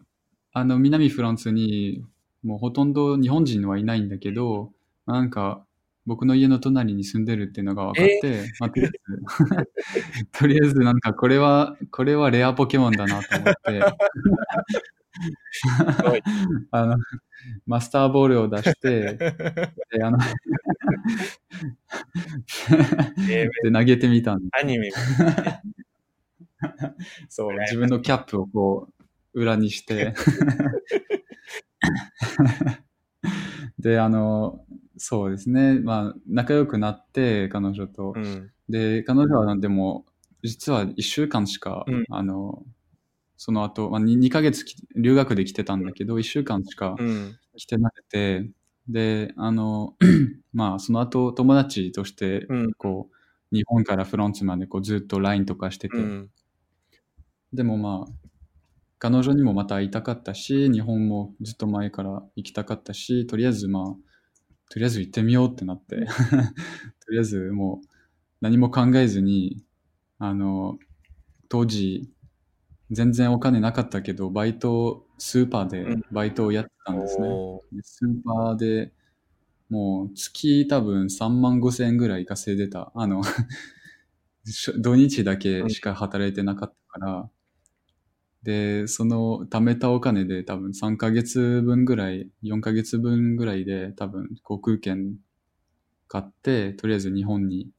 B: あの、南フランスに、もうほとんど日本人はいないんだけど、まあなんか、僕の家の隣に住んでるっていうのが分かって、まあとりあえず、 *laughs* とりあえずなんかこれは、これはレアポケモンだなと思って、
A: すごい。
B: *laughs* あの、マスターボールを出して、で、あの、
A: ええ
B: で、投げてみたんで
A: アニメ、
B: そう、
A: 羨ましい
B: 自分のキャップをこう、裏にして。 *laughs* で、あの、そうですね。まあ、仲良くなって、彼女と。
A: うん。
B: で、彼女は、でも、実は1週間しか、
A: うん
B: あの、その後、まあ、2, ヶ月き留学で来てたんだけど、1週間しか
A: うん。
B: 来てなくて、で、あの、 *clears throat* まあ、その後、友達として、
A: うん。
B: こう、日本からフランスまでこうずっと LINE とかしてて、
A: うん。
B: でもまあ、彼女にもまた会いたかったし、日本もずっと前から行きたかったし、とりあえずまあ、とりあえず行ってみようってなって、 *laughs* とりあえずもう何も考えずに、あの、当時、全然お金なかったけど、バイトを、スーパーで
A: うん
B: バイトをやってたんですね。
A: おー
B: でスーパーでもう月多分3万5千円ぐらい稼いでた。あの、しょ土日だけしか働いてなかったから、で、その貯めたお金で多分3ヶ月分ぐらい、4ヶ月分ぐらいで多分航空券買って、とりあえず日本に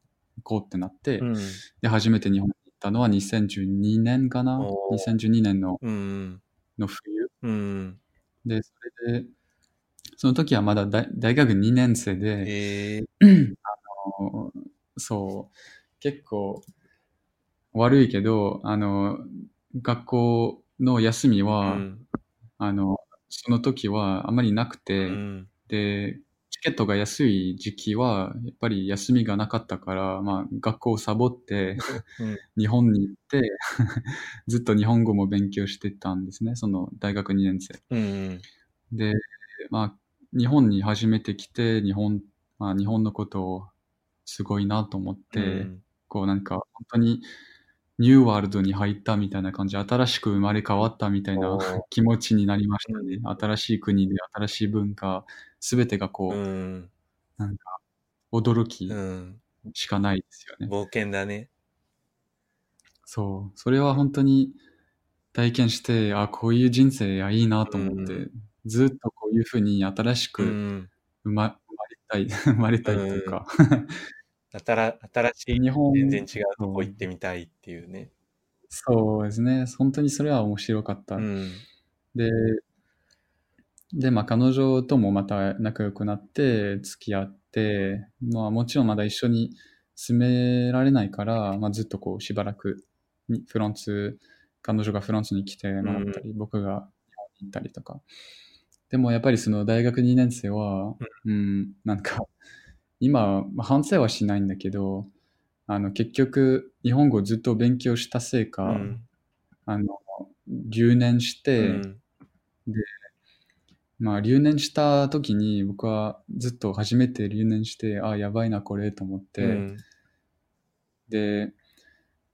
B: 行こうってなって、
A: うん。
B: で、初めて日本に行ったのは2012年かな
A: おー
B: ?2012 年の
A: うん。
B: の冬。
A: うん。
B: で、それで、その時はまだ大大学2年生で、
A: ええ
B: あのそう、結構悪いけど、あの、学校の休み
A: う
B: は、
A: ん。
B: あの、その時はあまりなくて、
A: うん。
B: で、チケットが安い時期は、やっぱり休みがなかったから、まあ、学校をサボって、
A: うん
B: *laughs* 日本に行って、 *laughs* ずっと日本語も勉強してたんですね、その大学2年生。
A: うん。
B: で、まあ、日本に初めて来て、日本、まあ、日本のことをすごいなと思って、
A: うん
B: こうなんか、本当に、ニューワールドに入ったみたいな感じ、新しく生まれ変わったみたいな
A: おー
B: 気持ちになりましたね。新しい国で新しい文化、すべてがこ
A: う
B: う、
A: ん。
B: 驚き
A: うん。
B: しかないですよね。
A: 冒険だね。
B: そう。それは本当に体験して、あ、こういう人生、あいいなと思って、ずっとこういうふうに新し
A: う
B: く
A: ん。
B: 生ま生まれたい、 *laughs* 生まれたいというか、
A: 新新しい、
B: 日本
A: 全然違うとこ行ってみたいっていうね。
B: そうですね、本当にそれは面白かった。
A: うん。
B: で、で、まあ彼女ともまた仲良くなって付き合って、まあもちろんまだ一緒に住められないから、まあずっとこうしばらくにフランス、彼女がフランスに来てもらったり、僕が日本に行ったりとか。でもやっぱりその大学2年生は、うん、なんか今、まあ反省はしないんだけど、あの結局日本語をずっと勉強したせいうか、
A: ん。
B: あの留年して、
A: うん
B: まあ、留年した時に僕はずっと初めて留年して、ああ、やばいな、これと思って、
A: うん
B: で、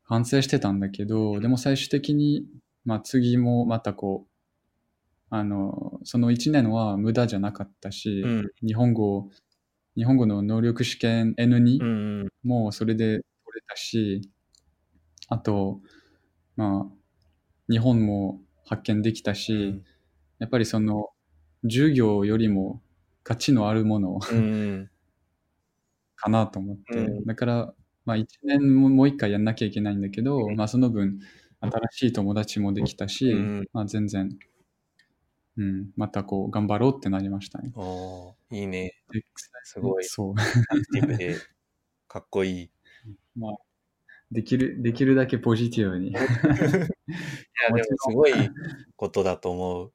B: 反省してたんだけど、でも最終的に、まあ、次もまたこう、あの、その1年は無駄じゃなかったし、
A: うん
B: 日本語、日本語の能力試験 N2
A: うん。
B: もうそれで取れたし、あと、まあ、日本も発見できたし、やっぱりその、授業よりも価値のあるもの
A: うん。
B: *laughs* かなと思って、
A: うん
B: だから、まあ一年ももう一回やんなきゃいけないんだけど、
A: うん
B: まあその分、新しい友達もできたし、
A: うん
B: まあ全然、うん、またこう、頑張ろうってなりましたね。
A: おーいいね。すごい。
B: そう。 *laughs*
A: ポジティブで、かっこいい。
B: できる、できるだけポジティブに。
A: いや、でもすごいことだと思
B: *laughs*
A: う。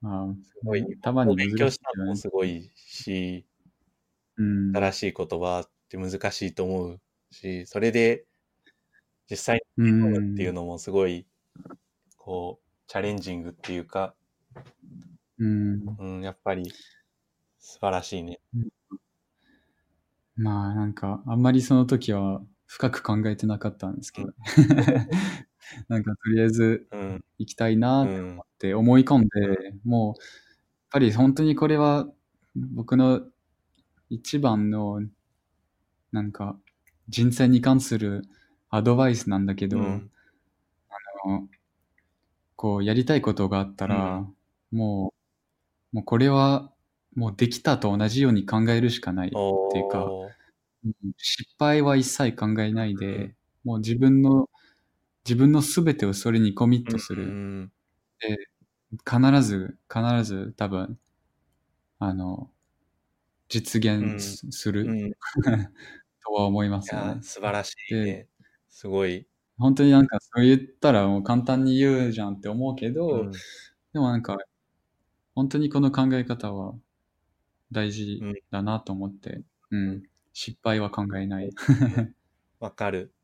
B: まあ、
A: すごい。
B: たまに難しい
A: 勉強したのもすごいし、
B: うん。
A: 新しい言葉って難しいと思うし、それで実際
B: う
A: に読む
B: ん
A: っていうのもすごい、こう、チャレンジングっていうか、
B: うん。
A: うん、やっぱり素晴らしいね。
B: まあなんかあんまりその時は深く考えてなかったんですけど、ね、 *laughs* なんかとりあえず
A: うん、
B: 行きたいうなっ
A: ん、
B: て思い込んで、もうやっぱり本当にこれは僕の一番のなんか人生に関するアドバイスなんだけど、
A: うん
B: あのこうやりたいことがあったら、もうもうこれはもうできたと同じように考えるしかない
A: おー
B: っていうかうん失敗は一切考えないで、もう自分の、自分の全てをそれにコミットす
A: う
B: る。
A: ん、
B: 必ず、必ず多分、あの、実現すする、
A: うん、い
B: *laughs* とは思います
A: や
B: ね。
A: 素晴らしいね。すごい。
B: 本当になんかそう言ったらもう簡単に言うじゃんって思うけど、
A: うん
B: でもなんか、本当にこの考え方は大事だなと思って、うん、失敗は考えない。
A: わかる。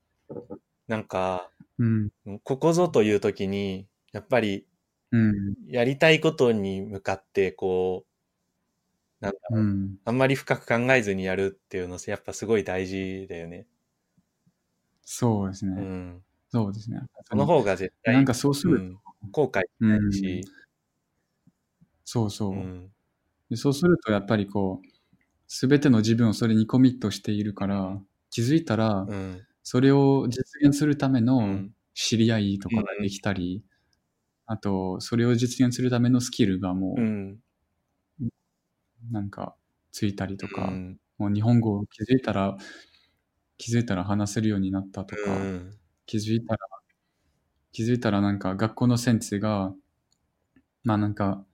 A: なんか、
B: うん、
A: ここぞという時に、やっぱり
B: うん、
A: やりたいことに向かって、こう、なんだろう、
B: うん。
A: あんまり深く考えずにやるっていうの、やっぱすごい大事だよね。
B: そうですね。
A: うん。
B: そうですね。
A: その方が絶対、
B: なんかそうす
A: う
B: る、
A: ん、後悔し
B: うん
A: ないし、
B: そうそうう、
A: ん。
B: でそうするとやっぱりこう、すべての自分をそれにコミットしているから、気づいたら
A: う、ん。
B: それを実現するため
A: う
B: の
A: ん。
B: 知り合いとかができたり、あと、それを実現するためのスキルがも
A: う
B: う、
A: ん。
B: なんか、ついたりと
A: と
B: か、もう日本語を気づいたら、気づいたら話せるようになったとか、気づいたら、気づいたらなんか学校の先生が、まあなんか、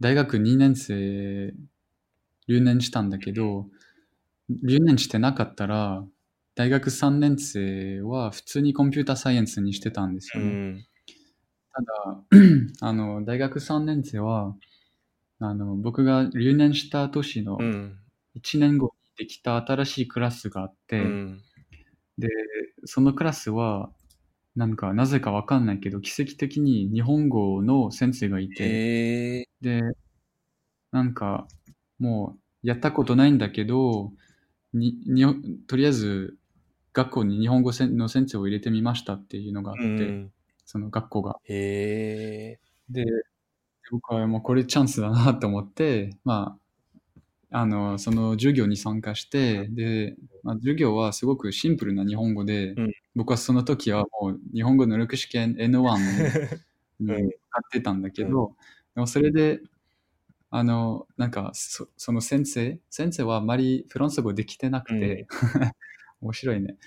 B: 大学2年生、留年したんだけど、留年してなかったら、大学3年生は普通にコンピュータサイエンスにしてたんです
A: う
B: よね。
A: ん。
B: ただ、あの、大学3年生は、あの、僕が留年した年の
A: うん。
B: 1年後にできた新しいクラスがあって、
A: うん。
B: そのクラスは、なんか、なぜかわかんないけど、奇跡的に日本語の先生がいて、
A: ええ
B: で、なんか、もう、やったことないんだけど、に、に、とりあえず、学校に日本語せんの先生を入れてみましたっていうのがあって、
A: うん。
B: その学校が。
A: ええ
B: で、僕はもうこれチャンスだなと思って、まあ、あの、その授業に参加して、で、まあ、授業はすごくシンプルな日本語で、
A: うん
B: 僕はそ
A: *laughs*
B: の時はもう日本語能力試験 N1 に
A: うん
B: 向かってたんだけど、でもそれで、あの、なんか、そその先生、先生はあまりフランス語できてなくて、 *laughs* 面白いね。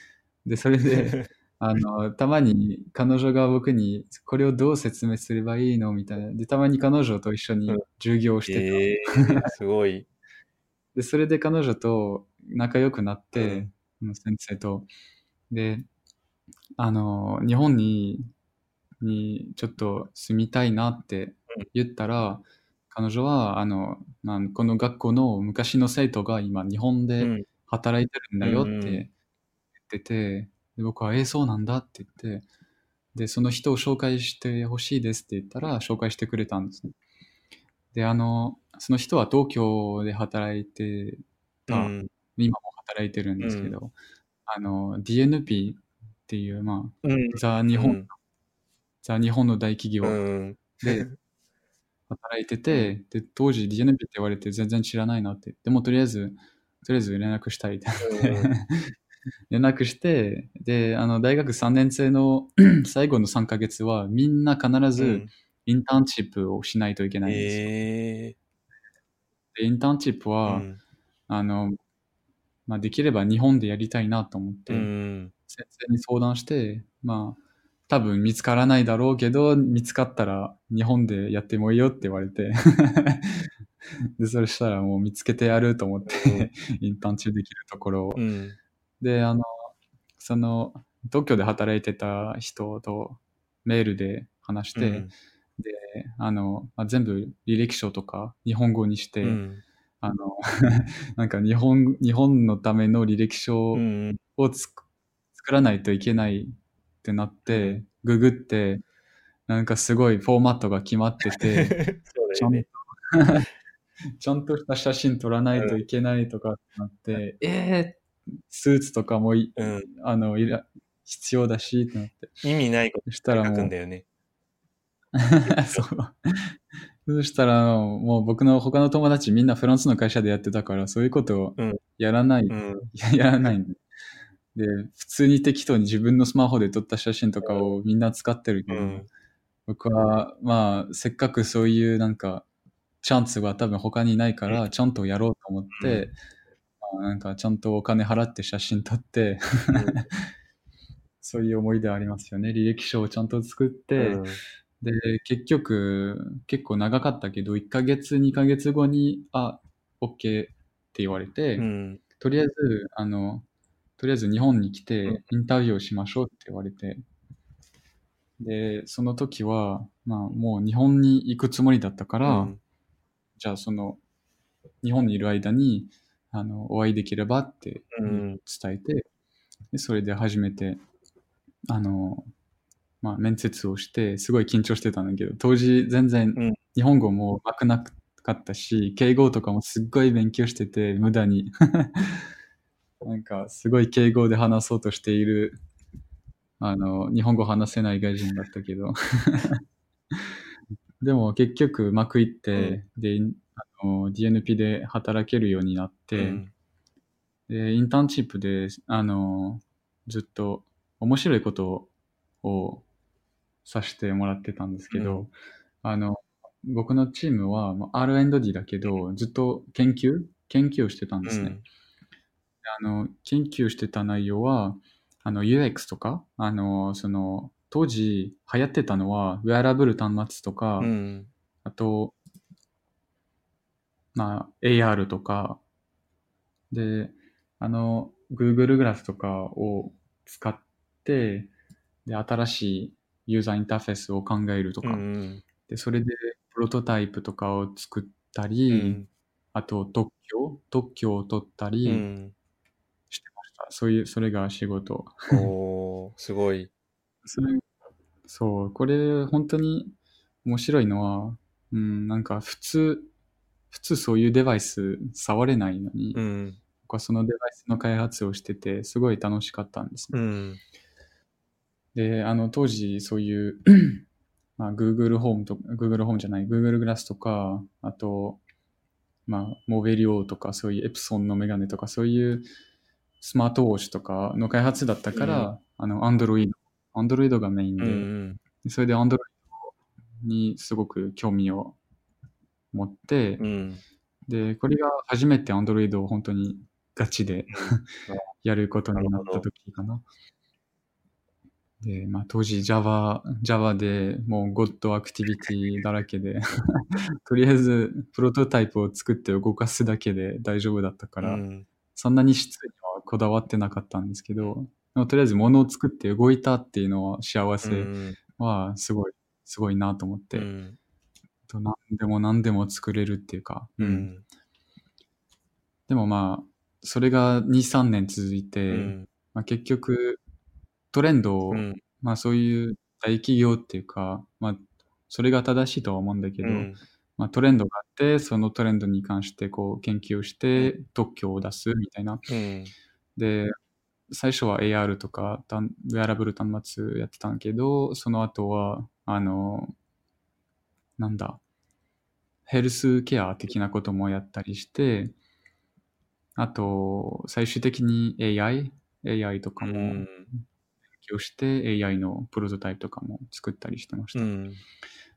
B: で、それで、
A: *laughs*
B: あの、たまに彼女が僕に、これをどう説明すればいいのみたいな。で、たまに彼女と一緒に授業をしてた。
A: えー、すごい。
B: で、それで彼女と仲良くなって、
A: う
B: その先生と。で、あの、日本に、にちょっと住みたいなって言ったら、彼女は、あの、まあ、この学校の昔の生徒が今日本
A: う
B: で
A: ん、
B: 働いてるんだよって
A: うんうん
B: 言ってて、で僕は、えーそうなんだって言って、で、その人を紹介してほしいですって言ったら、紹介してくれたんですね。で、あの、その人は東京で働いて
A: う
B: た、
A: ん、
B: 今も働いてるんですけど、あの、DNP っていう、まあ、
A: うん、
B: ザ・日本、ザ・日本の大企
A: う
B: 業
A: ん、
B: で働いてて、で、当時 DNP って言われて全然知らないなって、でもとりあえず、とりあえず連絡したいって連絡して、で、あの、大学3年生
A: *clears throat*
B: の最後の3ヶ月は、みんな必
A: う
B: ず
A: ん、
B: インターンチップをしないといけないんですよ。
A: え
B: でインターンチップ
A: ー、う
B: は、
A: ん、
B: あの、まあ、できれば日本でやりたいなと思って、
A: うん、
B: 先生に相談して、まあ、多分見つからないだろうけど、見つかったら日本でやってもいいよって言われて、 *laughs* で、それしたらもう見つけてやると思って、インターン中できるところを
A: うん、
B: で、あの、その、東京で働いてた人とメールで話して、
A: うん
B: あの、まあ、全部履歴書とか日本語にして、
A: うん
B: あの、なんか日本、日本のための履歴書
A: うん、
B: をつく、作らないといけないってなって、ググって、なんかすごいフォーマットが決まって
A: *laughs* そう
B: て、ち
A: だ
B: ゃ
A: よ
B: ん
A: ね
B: と、ちゃんとした写真撮らないといけないとかってなって、えー、スーツとかもい
A: うん、
B: あの、いら、必要だし、ってなって。
A: 意味ないこ
B: そした
A: と
B: ら
A: 書く
B: も
A: ん
B: う
A: だ、よね。
B: *laughs* そう。そしたら、もう僕の他の友達みんなフランスの会社でやってたから、そういうことを
A: うん
B: やらない、
A: うん、
B: や *laughs* やらないんで。で、普通に適当に自分のスマホで撮った写真とかをみんな使ってるけ
A: う
B: ど、
A: ん、
B: 僕は、まあ、せっかくそういうなんか、チャンスが多分他にないから、ちゃんとやろうと思って、まあ、なんかちゃんとお金払って写真撮って、 *laughs* そういう思い出ありますよね。履歴書をちゃんと作って、
A: うん、
B: で、結局、結構長かったけど、1ヶ月、2ヶ月後に、あ、OK って言われて、
A: うん、
B: とりあえず、あの、とりあえず日本に来
A: う
B: てインタビューをしましょうって言われて、で、その時は、まあ、もう日本に行くつもりだったから、
A: うん
B: じゃあその、日本にいる間に、あの、お会いできればって
A: うん、
B: 伝えて、でそれで初めて、あの、まあ、面接をして、すごい緊張してたんだけど、当時全然
A: うん
B: 日本語もうまくなかったし、敬語とかもすっごい勉強してて、無駄に。 *laughs* なんか、すごい敬語で話そうとしている、あの、日本語話せない外人だったけど。 *laughs* でも結局うまくいって、で、あの、DNP で働けるようになって、
A: うん、
B: で、インターンチップで、あの、ずっと面白いことをさせてもらってたんですけど、
A: う
B: あの、僕のチームはまあ R&D だけど、ずっと研究研究をしてたんですね。あの、研究してた内容は、あの、UX とか、あの、その、当時流行ってたのは、ウェアラブル端末とか、
A: うん、
B: あと、まあ、AR とか、で、あの、Google グラフとかを使って、で、新しいユーザーインターフェースを考えると
A: う
B: か、
A: ん、
B: で、それでプロトタイプとかを作ったり、
A: うん、
B: あと特許、特許を取った
A: う
B: りして
A: ん、
B: ました。そういう、それが仕事。
A: おー、すごい。
B: それそう、これ本当に面白いのは、うん、なんか普通、普通そういうデバイス触れないのに、
A: うん、
B: 僕はそのデバイスの開発をしてて、すごい楽しかったんです
A: う
B: ね。
A: ん、
B: で、あの、当時そういう、 *clears throat* まあ、Google ホームと、Google ホームじゃない、Google グラスとか、あと、まあ、モベリオとか、そういうエプソンのメガネとか、そういうスマートウォッチとかの開発だったから、あの、Android、Android がメイン
A: うん、
B: で、それで Android にすごく興味を思って、
A: うん。
B: で、これが初めて Android を本当にガチで *laughs* やることになった時かな。で、まあ当時 Java、Java でもう God アクティビティだらけで、 *laughs* とりあえずプロトタイプを作って動かすだけで大丈夫だったから、
A: うん
B: そんなに質にはこだわってなかったんですけど、でもとりあえず物を作って動いたっていうのは幸
A: う
B: せ
A: ん
B: はすごい、すごいなと思って、
A: うん
B: と何でも何でも作れるっていうか、
A: う
B: うん
A: ん
B: でもまあ、それが2、3年続いて、
A: うん
B: まあ、結局、トレンドを、
A: うん
B: まあそういう大企業っていうか、まあ、それが正しいとは思うんだけど、
A: うん
B: まあ、トレンドがあって、そのトレンドに関してこう研究をして特許を出すみたいな。
A: うん
B: で、最初は AR とか、たんウェアラブル端末やってたんだけど、その後は、あの、なんだ、ヘルスケア的なこともやったりして、あと、最終的に AI、AI とかも
A: うん
B: 勉強して、AI のプロトタイプとかも作ったりしてました。
A: うん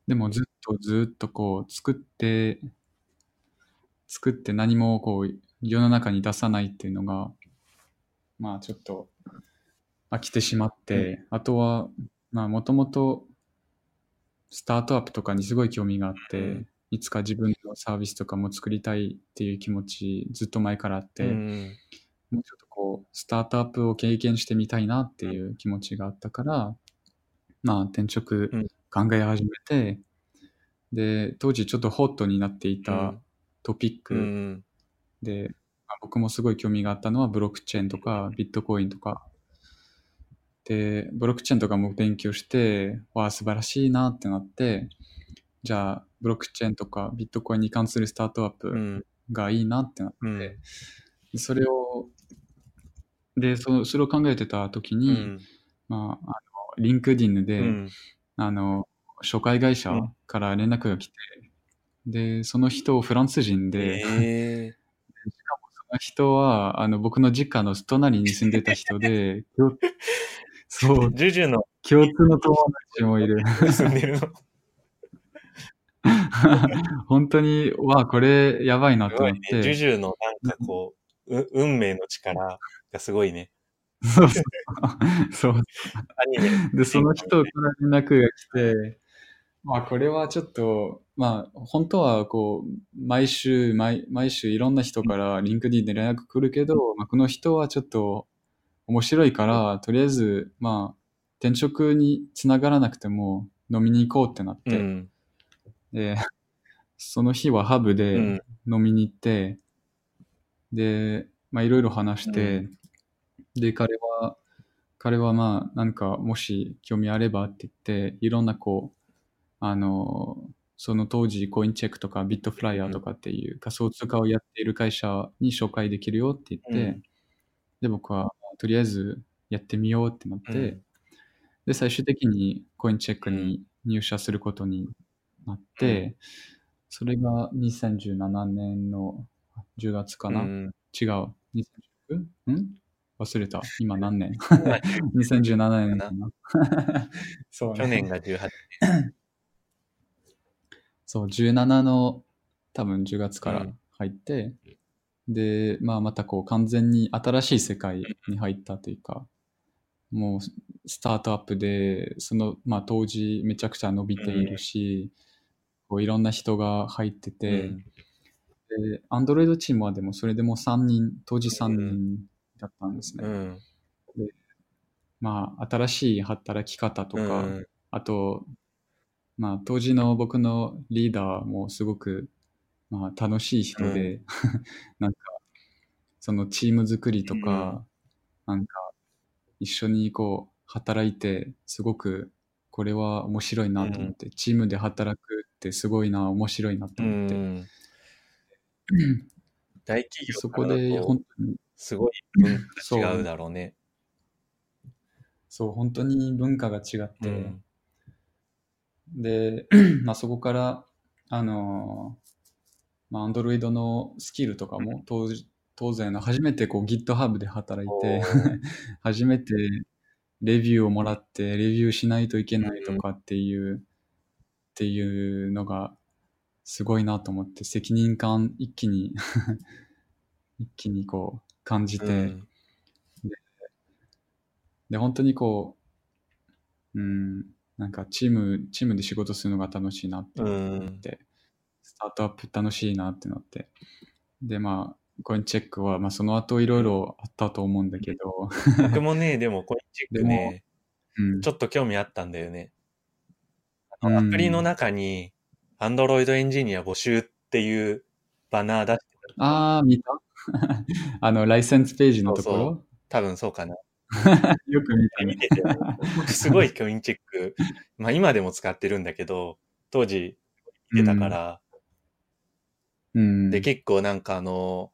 B: でもずっとずっとこう作って、作って何もこう世の中に出さないっていうのが、まあちょっと飽きてしまって、あとは、まあもともとスタートアップとかにすごい興味があって、
A: うん
B: いつか自分のサービスとかも作りたいっていう気持ちずっと前からあって、
A: うん
B: もうちょっとこう、スタートアップを経験してみたいなっていう気持ちがあったから、まあ、転職
A: うん
B: 考え始めて、で、当時ちょっとホットになっていたトピッ
A: う
B: ク
A: ん
B: で、まあ僕もすごい興味があったのはブロックチェーンとかビットコインとか、で、ブロックチェーンとかも勉強して、わあ、素晴らしいなってなって、じゃあ、ブロックチェーンとかビットコインに関するスタートアッ
A: う
B: プ
A: ん
B: がいいなってなって
A: うん
B: でそれを、で、そのそれを考えてた時
A: う
B: に、
A: ん
B: まあ、あのリンクディンで、
A: うん
B: あの、紹介会社
A: うん
B: から連絡が来て、で、その人、フランス人で、
A: え
B: その人は、あの、僕の実家の隣に住んでた
A: *laughs*
B: 人で、共そう
A: ー、ジュジュの
B: 共通の友達も
A: *laughs*
B: いる。
A: 住んでるの。
B: 本当に、わあ、これ、やばいな
A: す
B: と
A: ご
B: 思
A: い
B: っ
A: ね。ジ
B: て。
A: ュジュのなんかこう、う運命の力がすごいね。
B: そうそう
A: *laughs*
B: そう。
A: アニメ。
B: で、その人から連絡が来て、まあこれはちょっと、まあ本当はこう、毎週、毎毎週いろんな人からリンク d で連絡来るけど、まあ、この人はちょっと面白いから、とりあえず、まあ転職につながらなくても飲みに行こうってなっ
A: う
B: て、
A: ん。
B: で、その日はハブで、
A: うん。
B: 飲みに行って、で、まあ、いろいろ話して、で、彼は、彼はまあ、なんか、もし興味あればって言って、いろんなこう、あの、その当時、コインチェックとかビットフライヤーとかっていう仮想通貨をやっている会社に紹介できるよって言っ
A: う
B: て、
A: ん
B: で、僕は、とりあえずやってみようってなって、
A: うん
B: で、最終的にコインチェックに入社することになって、
A: う
B: それが2017年の10月か
A: う
B: な、 *laughs*
A: ん。
B: 違う。2019? ん忘れた。今
A: *laughs*
B: 何年 ?2017 年だな。 *laughs* そう
A: 去
B: ね。
A: 年が18
B: そう、17の多分10月か
A: う
B: ら
A: ん
B: 入って、で、まあまたこう完全に新しい世界に入ったというか、もうススタートアップで、その、まあ当時めちゃくちゃ伸びているし、こういろんな人が入ってて、
A: うん
B: で、アンドロイドチームはでもそれでも3人、当時3人だったんですね。
A: うん。
B: まあ、新しい働き方とか、
A: うん
B: あと、まあ、当時の僕のリーダーもすごく、まあ、楽しい人で、 *laughs* なんか、そのチーム作りとか、なんか、一緒にこう、働いて、すごく、これは面白いなと思って、チームで働くってすごいな、面白いなと
A: う
B: 思って、
A: ん。大企業
B: そ
A: か
B: こ
A: らだ
B: で、
A: と
B: 本当に、
A: すごい文
B: そう
A: 化が違うだろうね。
B: そう、本当に文化が違って、
A: うん。
B: で、 *clears throat* まあ、そこから、あのーまあ、Android のスキルとかも当時当然の初めてこう GitHub で働い
A: お、
B: て *laughs* 初めてレビューをもらって、レビューしないといけないとかっていう、っていうのが、すごいなと思って、責任感一気に *laughs* 一気にこう感じて、
A: うん
B: で、本当にこう、うん、なんかチーム、チームで仕事するのが楽しいなって思って、スタートアップ楽しいなってなって、で、まあ、コインチェックは、まあ、その後いろいろあったと思うんだけど、
A: 僕もね、でもコインチェックね、
B: うん
A: ちょっと興味あったんだよね。あ
B: う
A: の
B: ん
A: アプリの中に、Android エンジニア募集っていうバナー出してた
B: ああ、見た *laughs* あの、ライセンスページのところ
A: そ多分そうかな。
B: よく見たね
A: 見。てて、僕すごいコインチェック、まあ今でも使ってるんだけど、当時見てたから、
B: うん。
A: で、結構なんかあの、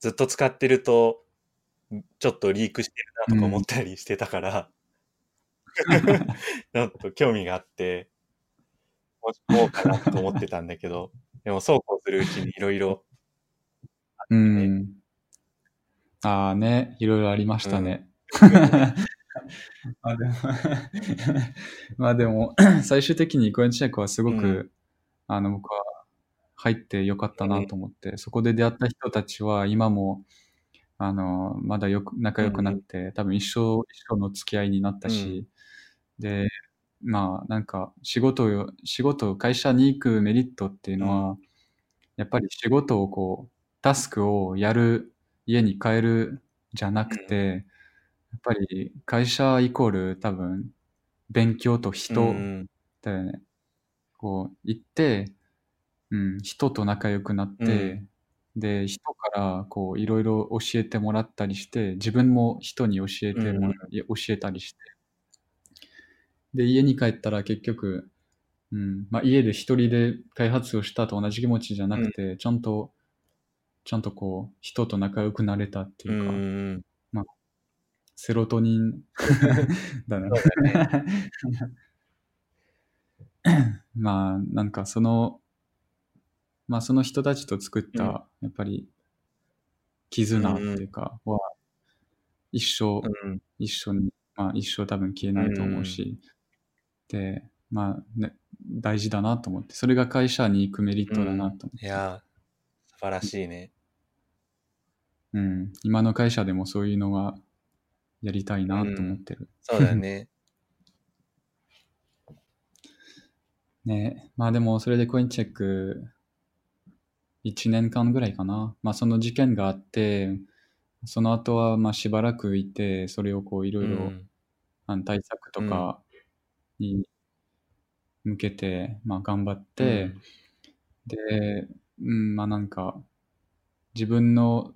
A: ずっと使ってると、ちょっとリークしてるなとか思ったりしてたから、なんと興味があって、もしもうかなと思ってたんだけど、でもそうこうするうちにいろいろ、
B: うん。ああね、いろいろありましたね。まあでも *laughs* まあでも、 *clears throat* 最終的にコインチェックはすごく、
A: うん
B: あの、僕は入ってよかったなと思って、そこで出会った人たちは今も、あの、まだよく、仲良くなって、多分一生、一生の付き合いになったし、で、まあなんか仕事を、仕事を会社に行くメリットっていうのは、やっぱり仕事をこう、タスクをやる、家に帰るじゃなくて、やっぱり会社イコール多分、勉強と
A: う
B: 人
A: ん
B: だよね。こう、行って、うん、人と仲良くなって、
A: うん
B: で、人からこう、いろいろ教えてもらったりして、自分も人に教えてもら、いや教えたりして。で、家に帰ったら結局、うん、まあ家で一人で開発をしたと同じ気持ちじゃなくて、ちゃんと、ちゃんとこう、人と仲良くなれたって
A: う
B: いうか、
A: ん、
B: セロト
A: *laughs*
B: ニンだな。 *laughs* まあ、なんかその、まあその人たちと作った、
A: うん
B: やっぱり、絆っていうか、は、一生、
A: うん、
B: 一緒に、まあ一生多分消えないと思うし、で、まあ、ね、大事だなと思って、それが会社に行くメリットだなと思って、
A: いやー、素晴らしいね。
B: うん、今の会社でもそういうのはやりたいなと思ってる。
A: そうだね。
B: ねまあでもそれでコインチェック1年間ぐらいかな。まあその事件があって、その後はまあしばらくいて、それをこういろいろ、
A: うん
B: あの対策とかに向けて、まあ頑張って、
A: うん
B: で、うん、まあなんか、自分の、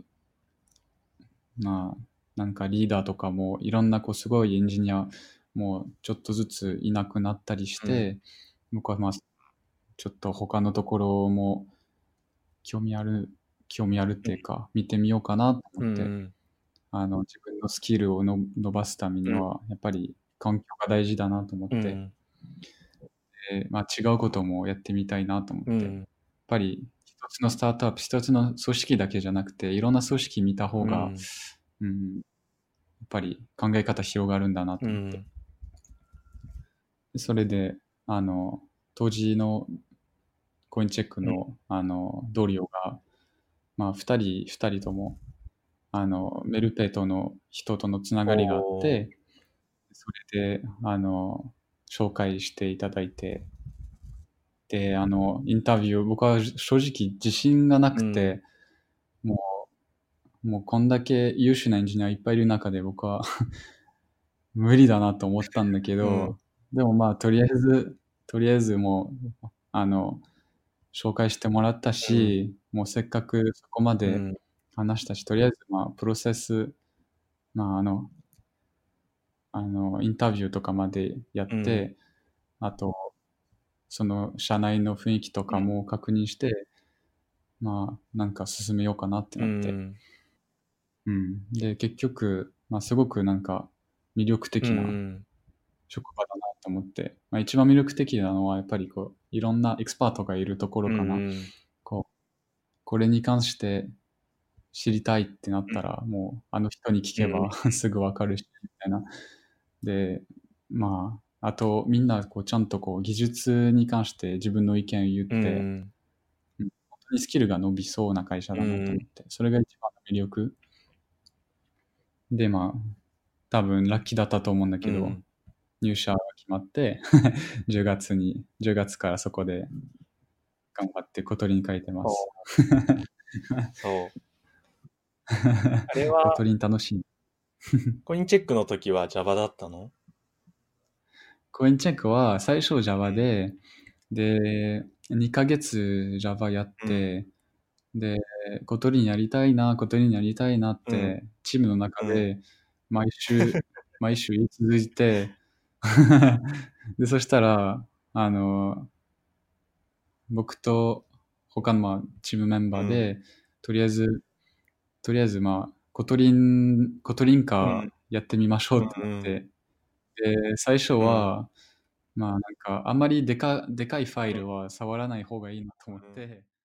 B: まあ、なんかリーダーとかも、いろんなこうすごいエンジニアもちょっとずついなくなったりして、僕はまあ、ちょっと他のところも興味ある、興味あるっていうか、見てみようかなと
A: う
B: 思って、
A: ん、
B: あの自分のスキルをの伸ばすためには、やっぱり環境が大事だなと思って、
A: うん、
B: でまあ、違うこともやってみたいなと思って、
A: う
B: やっ
A: ん、
B: ぱり一つのスタートアップ、一つの組織だけじゃなくて、いろんな組織見た方が、うんやっぱり考え方広がるんだなと
A: う
B: 思って、
A: ん、
B: それで、あの、当時のコインチェックの、あの、同僚が、まあ、二人、二人とも、あの、メルペイとの人とのつながりがあって、それで、あの、紹介していただいて、で、あの、インタビュー、僕は正直自信がなくて、もう、もうこんだけ優秀なエンジニアいっぱいいる中で僕は *laughs* 無理だなと思ったんだけど、
A: うん
B: でもまあ、とりあえず、とりあえずもう、あの、紹介してもらったし、もうせっかくそこま
A: う
B: で
A: ん
B: 話したし、とりあえず、まあ、プロセス、まあ、あの、あの、インタビューとかまでやって、
A: うん
B: あと、その、社内の雰囲気とかも確認して、まあ、なんか進めようかなって
A: う
B: なって、
A: ん、
B: うんで、結局、まあ、すごくなんか、魅力的な、
A: うん
B: 職場だなと思って、まあ、一番魅力的なのはやっぱりこういろんなエキスパートがいるところかな、
A: うん
B: こうこれに関して知りたいってなったら、もうあの人に聞けば、 *laughs* すぐわかるしみたいなでまああとみんなこうちゃんとこう技術に関して自分の意見を言って、
A: うん
B: 当にスキルが伸びそうな会社だなと思って、それが一番の魅力。で、まあ、多分ラッキーだったと思うんだけど、
A: うん
B: 入社が決まって *laughs* 10月に10月からそこで頑張って小鳥に書いてます。
A: そう。
B: 小
A: あれは、
B: 鳥に楽しい。
A: コインチェックの時は Java だったの
B: コインチェックは最初 Java で、で、2ヶ月 Java やって、で、小鳥にやりたいな、小鳥にやりたいなっ
A: う
B: て、チームの中で毎週、
A: *laughs*
B: 毎週言い続いて、 *laughs* で、そしたら、あの、僕と他のまあチームメンバーで、とりあえず、とりあえず、まあ、コトリン、コトリンカ
A: う
B: ー
A: ん
B: やってみましょうってなって、で、最初は、まあ、なんか、あんまりでか、でかいファイルは触らない方がいいなと思って、